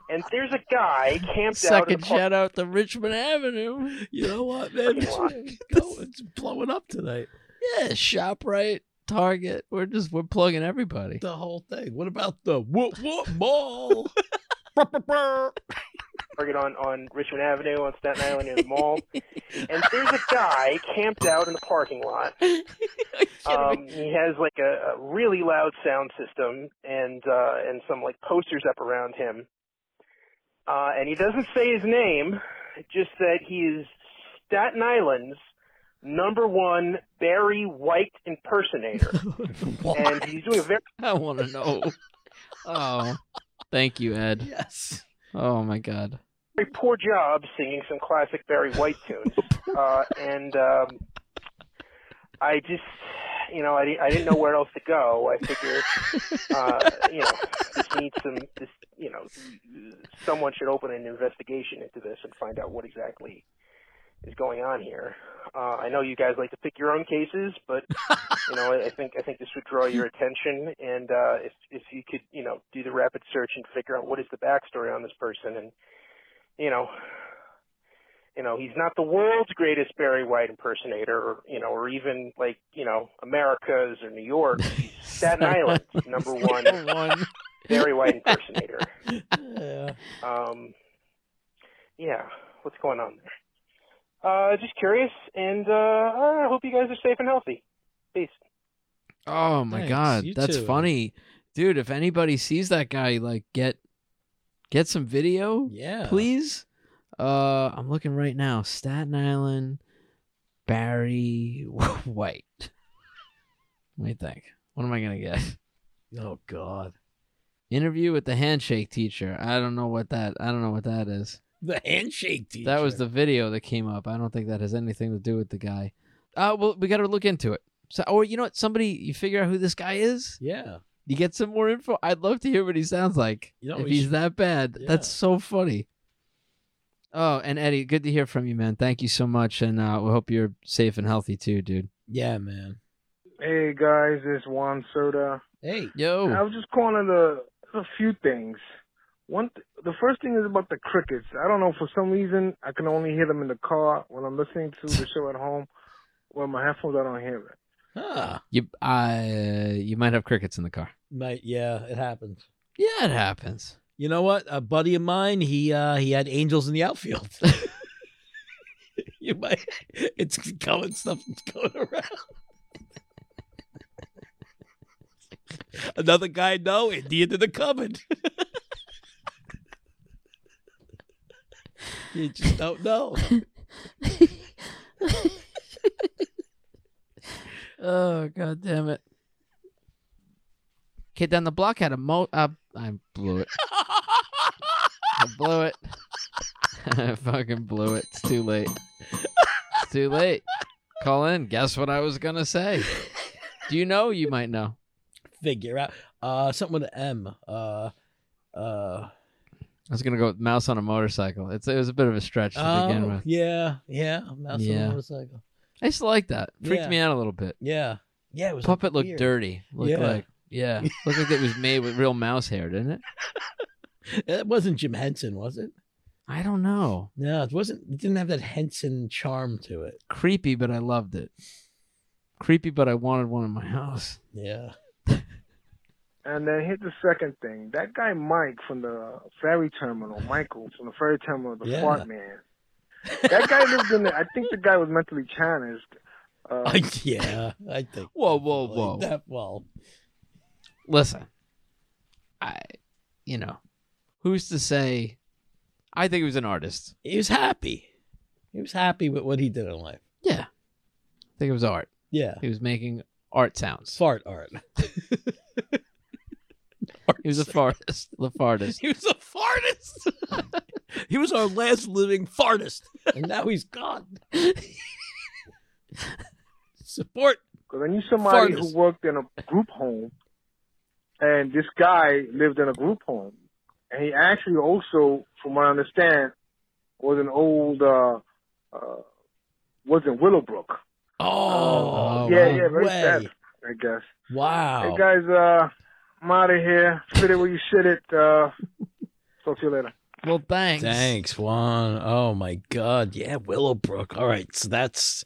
And there's a guy camped out. in
second
the park-
shout out to Richmond Avenue.
You know what, man?
Fucking lock.
It's blowing up tonight.
Yeah, ShopRite, Target. We're just we're plugging everybody.
The whole thing. What about the whoop whoop mall?
Target on, on Richmond Avenue on Staten Island near the mall. and there's a guy camped out in the parking lot. Um, he has like a, a really loud sound system and uh, and some like posters up around him. Uh, and he doesn't say his name, just that he is Staten Island's number one Barry White impersonator. and he's doing a very
I want to know. oh, thank you, Ed.
yes.
Oh my God.
very poor job singing some classic Barry White tunes. Uh, and um, I just, you know, I, di- I didn't know where else to go. I figure, uh, you know, this needs some, this, you know, someone should open an investigation into this and find out what exactly is going on here. Uh, I know you guys like to pick your own cases, but you know, I I think I think this would draw your attention. And uh, if if you could, you know, do the rapid search and figure out what is the backstory on this person and you know, you know, he's not the world's greatest Barry White impersonator, or, you know, or even like, you know, America's or New York. Staten Island, number one
One.
Barry White impersonator.
Yeah.
Um, yeah, what's going on there? Uh, just curious, and uh, I hope you guys are safe and healthy. Peace.
Oh my
Thanks.
god,
You
that's
too.
funny, dude. If anybody sees that guy, like get get some video,
Yeah.
please. Uh, I'm looking right now. Staten Island, Barry White. Let me think. What am I gonna get?
Oh God.
Interview with the handshake teacher. I don't know what that. I don't know what that is.
The handshake teacher.
That was the video that came up. I don't think that has anything to do with the guy. Uh, well, we got to look into it. So, or you know what? Somebody, you figure out who this guy is.
Yeah.
You get some more info. I'd love to hear what he sounds like.
You know,
if
we
he's
should-
that bad,
Yeah.
that's so funny. Oh, and Eddie, good to hear from you, man. Thank you so much, and uh, we hope you're safe and healthy too, dude.
Yeah, man.
Hey guys, it's Juan Soda.
Hey.
I
Yo,
was just calling the a few things. One, th- the first thing is about the crickets. I don't know for some reason I can only hear them in the car when I'm listening to the show at home. Well, my headphones I don't hear it.
Huh.
you, uh, you might have crickets in the car.
Might. Yeah. It happens.
Yeah, it happens.
You know what? A buddy of mine, he uh he had angels in the outfield. you might it's going stuff that's going around. Another guy I know, Indian in the cupboard. you just don't know.
Oh god damn it! Kid down the block had a mo. Uh, I blew it. I blew it. I fucking blew it. It's too late. It's too late. Call in. Guess what I was gonna say. Do you know? You might know.
Figure out. Uh something with an M. Uh uh
I was gonna go with mouse on a motorcycle. It's it was a bit of a stretch to begin
oh,
with.
yeah, yeah. Mouse on
Yeah.
a motorcycle.
I used to like that. Freaked
Yeah.
me out a little bit.
Yeah. Yeah, it was
Puppet looked
weird.
dirty. Looked
Yeah.
like yeah. Looked like it was made with real mouse hair, didn't it?
It wasn't Jim Henson, was it?
I don't know.
No, it wasn't. It didn't have that Henson charm to it.
Creepy, but I loved it. Creepy, but I wanted one in my house.
Yeah.
And then here's the second thing. That guy Mike from the ferry terminal, Michael from the ferry terminal, the
Yeah.
fart man. That guy lived in. The, I think the guy was mentally challenged. Uh,
I, yeah, I think.
Whoa, whoa,
like
whoa.
That, well,
Listen, I, you know, who's to say? I think he was an artist.
he was happy. He was happy with what he did in life.
Yeah, I think it was art.
Yeah.
He was making art sounds.
Fart art.
He was a fartist. The fartist.
He was a fartist. he was our last living fartist. And now he's gone. Support.
Because I knew somebody
Farters.
who worked in a group home, and this guy lived in a group home, and he actually also, from what I understand, was an old uh, uh, was in Willowbrook. Uh,
Oh,
Oh,
yeah,
wow.
yeah, very
way.
sad, I guess.
Wow.
Hey guys, uh, I'm out of here. Fit it where you shit it. Uh, talk to you later.
Well, thanks.
Thanks, Juan. Oh my God, yeah, Willowbrook. All right, so that's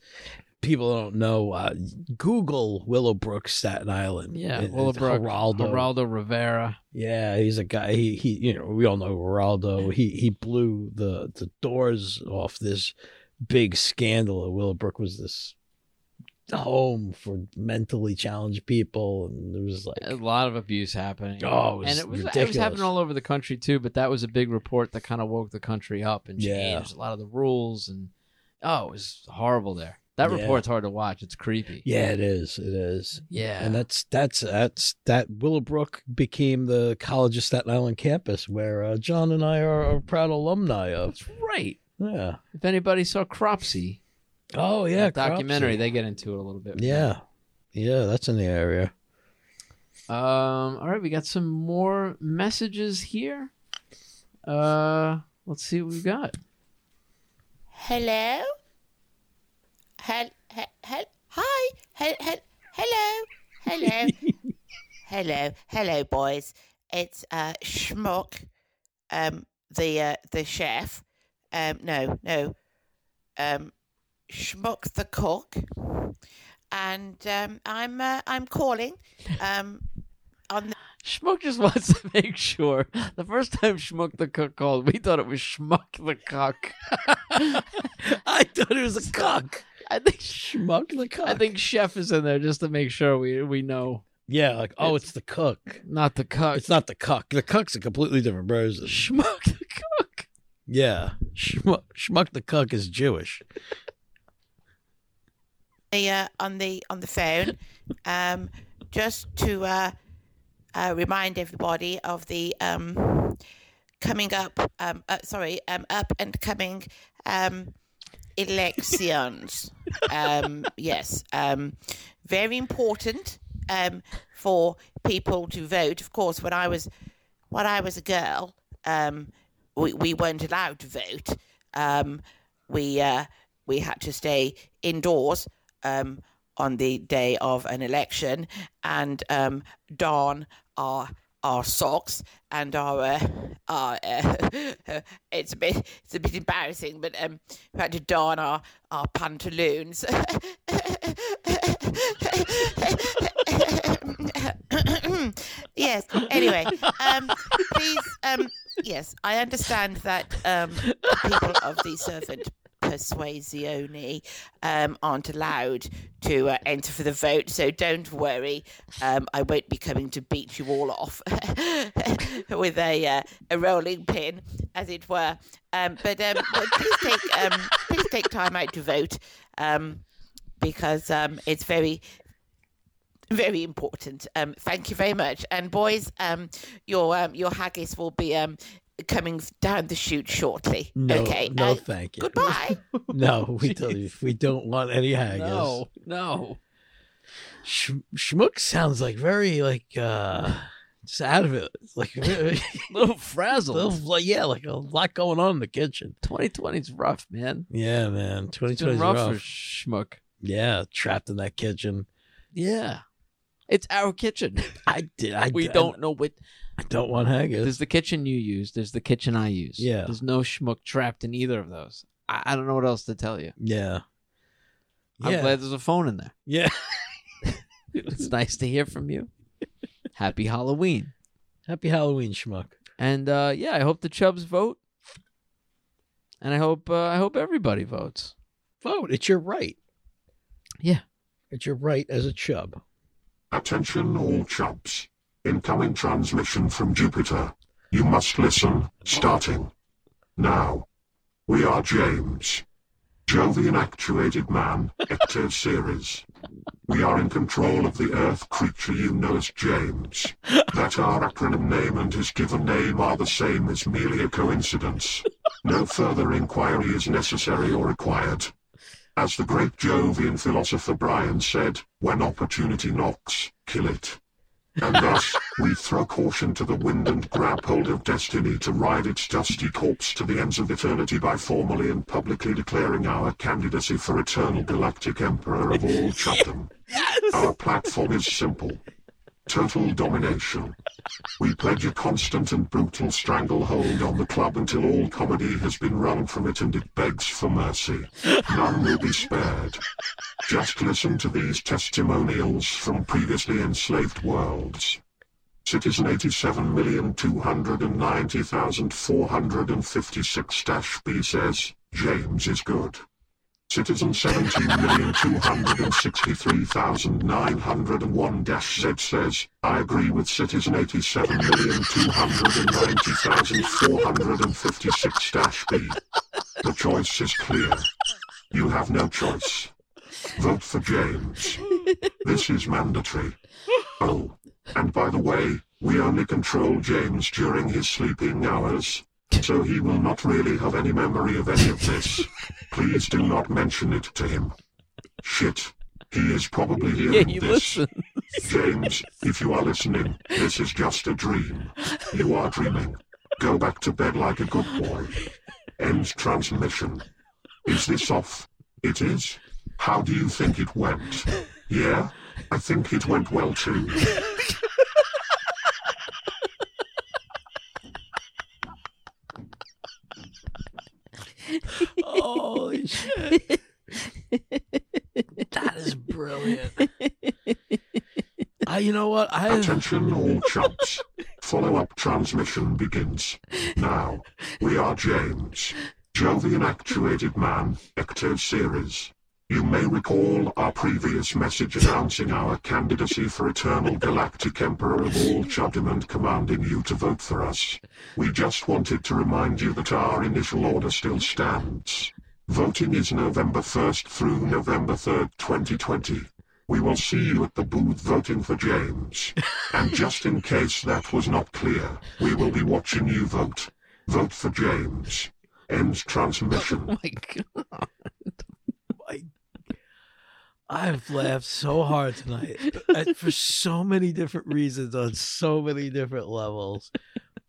people don't know. Uh, Google Willowbrook, Staten Island.
Yeah,
It- it's
Willowbrook,
Geraldo.
Geraldo Rivera.
Yeah, he's a guy. He he. You know, we all know Geraldo. He he blew the the doors off this big scandal. at Willowbrook was this home for mentally challenged people, and there was
A
like,
lot of abuse happening.
oh, it was
and it was it was
ridiculous.
happening all over the country too. But that was a big report that kind of woke the country up and
Yeah.
changed a lot of the rules. And oh, it was horrible there. That
Yeah.
report's hard to watch. It's creepy.
yeah, it is. It is.
yeah.
And that's that's that's that Willowbrook became the College of Staten Island campus where uh, John and I are, are proud alumni of.
that's right.
Yeah.
If anybody saw Cropsy,
Oh yeah,
that
Cropsey.
documentary, they get into it a little bit. with
Yeah. Yeah, that's in the area.
that. Um. All right, we got some more messages here. Uh, let's see what we got.
Hello? Hel- he- hel- hi. Hel- hel- hello. Hello. hello. Hello, boys. It's uh, Schmuck, um, the uh, the chef. Um, no, no. um, Schmuck the Cook, and um, I'm uh, I'm calling. Um, on the,
Schmuck just wants to make sure. The first time Schmuck the cook called, we thought it was Schmuck the cock.
I thought it was a cock.
I think
Schmuck the cock.
I think Chef is in there just to make sure we we know
Yeah, like oh, it's the cook.
not the cook.
It's not the cuck. The cuck's a completely different person.
Schmuck the cook.
Yeah, Schmuck, Schmuck the cuck is Jewish.
the uh, on the on the phone, um, just to uh, uh, remind everybody of the um, coming up. Um, uh, sorry, um, up and coming um, elections. um, yes, um, very important um, for people to vote. Of course, when I was when I was a girl, um, we we weren't allowed to vote. Um, we uh, we had to stay indoors um, on the day of an election and um, don our our socks and our uh, our uh, it's a bit it's a bit embarrassing, but um, we had to don our our pantaloons. yes. Anyway, um, please. Um, yes, I understand that um, people of the servant persuasione um, aren't allowed to uh, enter for the vote, so don't worry. Um, I won't be coming to beat you all off with a uh, a rolling pin, as it were. Um, but, um, but please take um, please take time out to vote um, because um, it's very very important. Um, thank you very much. And boys, um, your um, your haggis will be um, coming down the chute shortly.
No,
okay.
no,
Uh,
thank you.
goodbye.
No, we don't, we don't want any haggis.
No, no.
Sh- schmuck sounds like very like uh, just out of it, like very,
little frazzled.
little, like yeah, like a lot going on in the kitchen.
2020's rough, man.
Yeah, man, twenty
It's
twenty
been
is
rough,
rough.
for Schmuck.
Yeah, trapped in that kitchen.
Yeah. It's our kitchen.
I did. I
We
I-
don't know what.
I don't want haggis.
There's the kitchen you use. There's the kitchen I use.
Yeah.
There's no schmuck trapped in either of those. I, I don't know what else to tell you.
Yeah.
I'm
yeah.
glad there's a phone in there.
Yeah.
It's nice to hear from you. Happy Halloween.
Happy Halloween, schmuck.
And uh, yeah, I hope the Chubs vote. And I hope uh, I hope everybody votes.
Vote. It's your right.
Yeah.
It's your right as a chub.
Attention all chumps. Incoming transmission from Jupiter. You must listen, starting. Now. We are James. Jovian actuated man, Ecto series. We are in control of the Earth creature you know as James. That our acronym name and his given name are the same is merely a coincidence. No further inquiry is necessary or required. As the great Jovian philosopher Brian said, when opportunity knocks, kill it. And thus, we throw caution to the wind and grab hold of destiny to ride its dusty corpse to the ends of eternity by formally and publicly declaring our candidacy for eternal galactic emperor of all Chatham. Our platform is simple. Total domination. We pledge a constant and brutal stranglehold on the club until all comedy has been run from it and it begs for mercy. None will be spared. Just listen to these testimonials from previously enslaved worlds. Citizen 87,290,456-B says, James is good. Citizen 17,263,901-Z says, I agree with Citizen 87,290,456-B. The choice is clear. You have no choice. Vote for James. This is mandatory. Oh, and by the way, we only control James during his sleeping hours, so he will not really have any memory of any of this. Please do not mention it to him. Shit. He is probably
Yeah,
hearing
you
this.
listen.
James, if you are listening, this is just a dream. You are dreaming. Go back to bed like a good boy. End transmission. Is this off? It is? How do you think it went? Yeah? I think it went well too.
Holy shit. I, Uh, you know what? I
Attention all chumps. Follow-up transmission begins. Now, we are James, Jovian Actuated Man, Ecto Series. You may recall our previous message announcing our candidacy for Eternal Galactic Emperor of all Chudam and commanding you to vote for us. We just wanted to remind you that our initial order still stands. Voting is November 1st through November 3rd, 2020. We will see you at the booth voting for James. And just in case that was not clear, we will be watching you vote. Vote for James. End transmission.
Oh my God.
I've laughed so hard tonight at, for so many different reasons on so many different levels.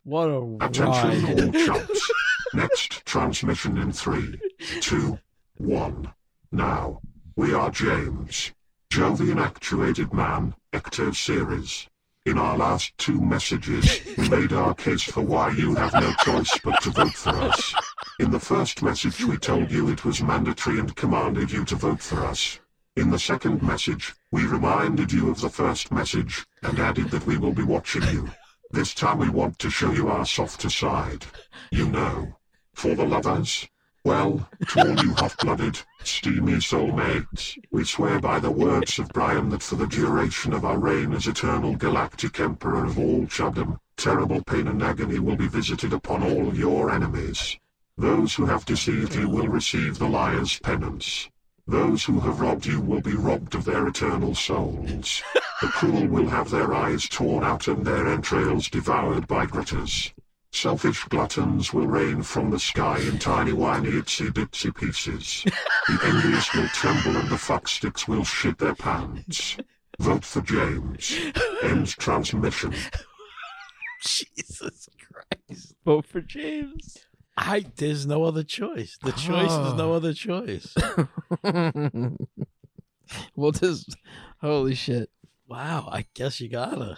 What a
Attention
ride!
all chumps. Next transmission in three, two, one. Now, we are James, Jovian Actuated Man, Ecto Series. In our last two messages, we made our case for why you have no choice but to vote for us. In the first message, we told you it was mandatory and commanded you to vote for us. In the second message, we reminded you of the first message and added that we will be watching you. This time we want to show you our softer side. You know. For the lovers? Well, to all you hot blooded, steamy soulmates, we swear by the words of Brian that for the duration of our reign as eternal galactic emperor of all Chuddam, terrible pain and agony will be visited upon all your enemies. Those who have deceived you will receive the liar's penance. Those who have robbed you will be robbed of their eternal souls. The cruel will have their eyes torn out and their entrails devoured by gritters. Selfish gluttons will rain from the sky in tiny whiny itsy bitsy pieces. The envious will tremble and the fucksticks will shit their pants. Vote for James. End transmission.
Jesus Christ!
Vote for James.
I there's no other choice. The choice is no
Oh.
other choice.
well, just holy shit.
Wow! I guess you gotta.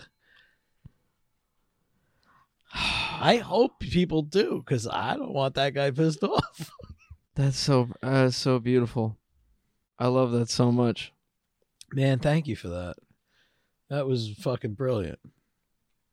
I hope people do because I don't want that guy pissed off.
That's so uh, so beautiful. I love that so much.
Man, thank you for that. That was fucking brilliant.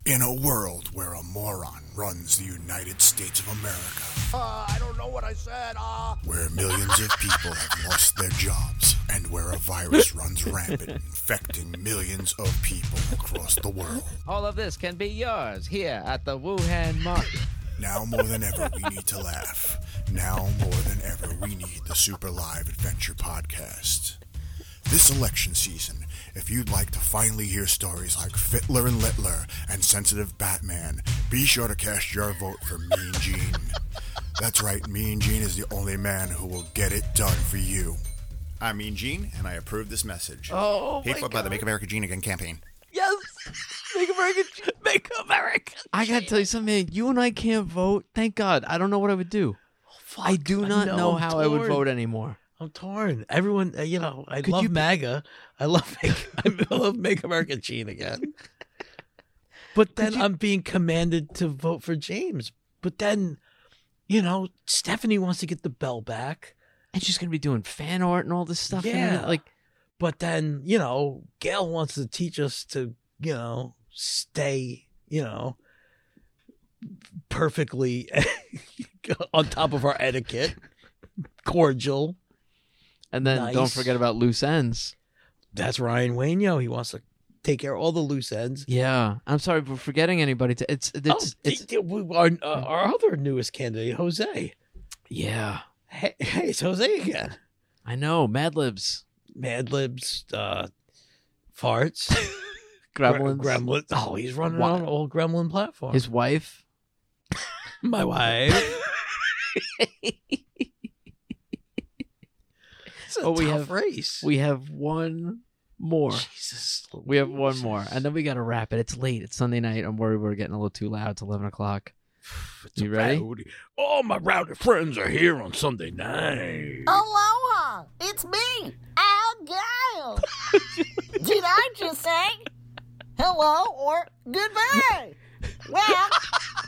In a world where a moron runs the United States of America. Uh, I don't know what I said. uh. Where millions of people have lost their jobs and where a virus runs rampant, infecting millions of people across the world.
All of this can be yours here at the Wuhan Market.
Now more than ever, we need to laugh. Now more than ever, we need the Super Live Adventure Podcast. This election season, if you'd like to finally hear stories like Fittler and Littler and Sensitive Batman, be sure to cast your vote for Mean Gene. That's right, Mean Gene is the only man who will get it done for you. I'm Mean Gene, and I approve this message.
Oh
Paid for by the Make America Gene Again campaign.
Yes, make America, make America.
I gotta tell you something, man. You and I can't vote. Thank God. I don't know what I would do.
Oh,
I do not know,
I'm
how I would
torn.
vote anymore.
I'm torn. Everyone, uh, you know, I
Could
love
you be-
MAGA. I love make, I love Make America Gene again. But then I'm being commanded to vote for James. But then, you know, Stephanie wants to get the bell back.
And she's gonna be doing fan art and all this stuff. and
Yeah.
everything, like
But then, you know, Gail wants to teach us to, you know, stay, you know, perfectly on top of our etiquette, cordial.
and then don't
Nice.
forget about loose ends.
That's Ryan Wainio. He wants to take care of all the loose ends. Oh,
Yeah. I'm sorry for forgetting anybody. To, it's it's
It's,
it's
our, uh, our other newest candidate, Jose.
yeah.
Hey, hey, it's Jose again.
I know. Mad Libs.
Mad Libs, uh, farts, Gre-
Gremlins.
Gremlins. Oh, he's running
Why-
on an old Gremlin platform.
His wife.
my wife. it's a
Oh, we
tough
have-
race.
We have one more.
Jesus,
We have one more,
Louise.
and then we got to wrap it. It's late. It's Sunday night. I'm worried we're getting a little too loud. It's 11 o'clock.
It's
you ready?
rowdy. All my rowdy friends are here on Sunday night.
Aloha! It's me, Al Gale. Did I just say hello or goodbye? Well,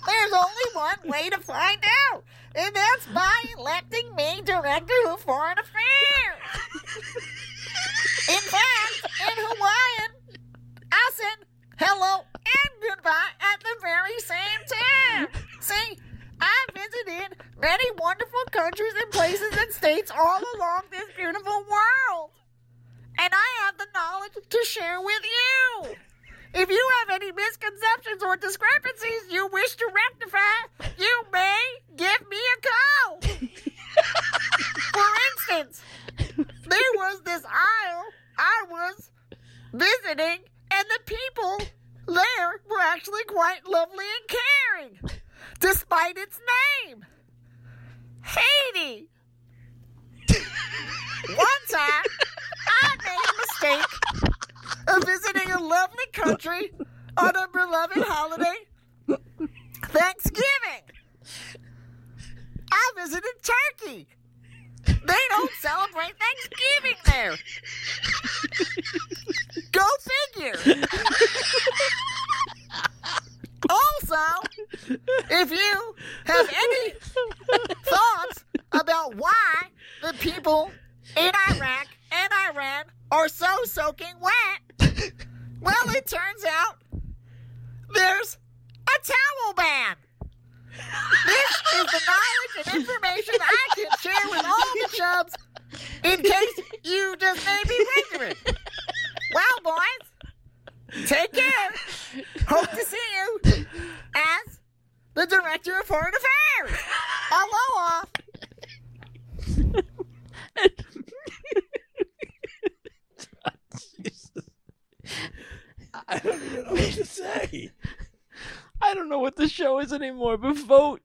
there's only one way to find out, and that's by electing me Director of Foreign Affairs. In fact, in Hawaiian, I said many wonderful countries and places and states all along this beautiful world. And I have the knowledge to share with you. If you have any misconceptions or discrepancies you wish to rectify, you may give me a call. For instance, there was this aisle I was visiting, and the people there were actually quite lovely and caring, despite its name Haiti. One time, I made a mistake of visiting a lovely country on a beloved holiday, Thanksgiving. I visited Turkey. They don't celebrate Thanksgiving there. Go figure. also, if you have any thoughts about why the people in Iraq and Iran are so soaking wet, well, it turns out there's a towel ban. This is the knowledge and information I can share with all the chubs in case you just may be ignorant. Well, boys, take care. Hope to see you as the Director of Foreign Affairs. Aloha.
I don't even know what to say.
I don't know what the show is anymore, but vote.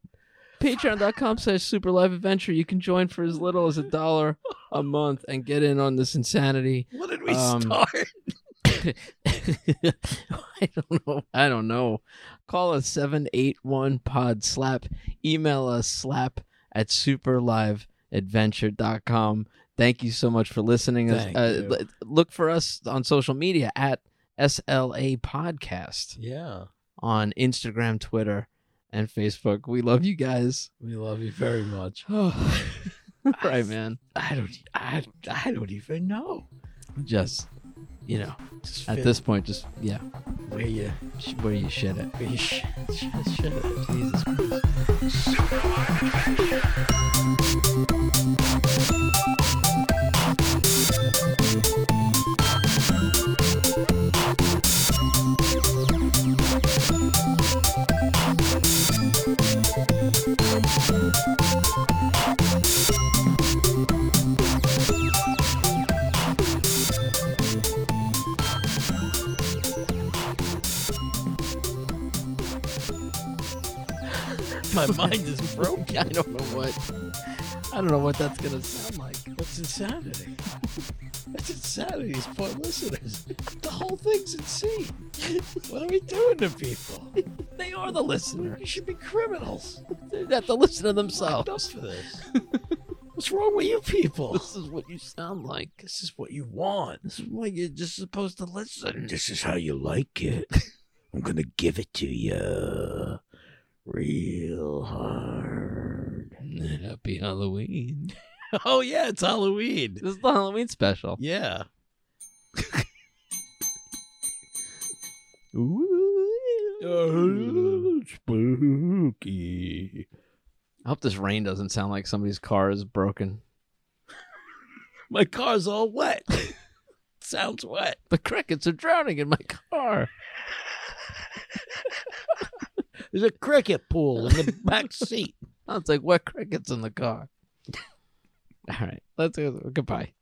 Patreon.com slash Super Life Adventure. You can join for as little as a dollar a month and get in on this insanity.
What did we
Um,
start?
I don't know. I don't know. Call us 781 pod slap. Email us slap at superliveadventure.com. Thank you so much for listening.
Thank
Uh,
you.
l- Look for us on social media at SLA Podcast
Yeah.
on Instagram, Twitter, and Facebook. We love you guys.
We love you very much.
All right, man.
I don't I, I don't even know.
Just, you know,
Just
at
fit
this point, just, yeah,
where you
sh- where you shit it.
where you shit, shit, shit. Jesus Christ. My mind is broken.
I don't know what. I don't know what that's gonna sound like.
That's insanity. That's insanity. These poor listeners. The whole thing's insane. What are we doing to people?
They are the listener.
We should be criminals.
They have to listen to
Locked
themselves.
up for this. What's wrong with you people?
This is what you sound like.
This is what you want.
This is why you're just supposed to listen.
This is how you like it. I'm gonna give it to you real hard.
Happy Halloween.
Oh yeah, it's Halloween.
This is the Halloween special.
Yeah. Spooky.
I hope this rain doesn't sound like somebody's car is broken.
My car's all wet. Sounds wet.
The crickets are drowning in my car.
There's a cricket pool in the back seat.
Sounds like wet crickets in the car. All right, let's go. Goodbye.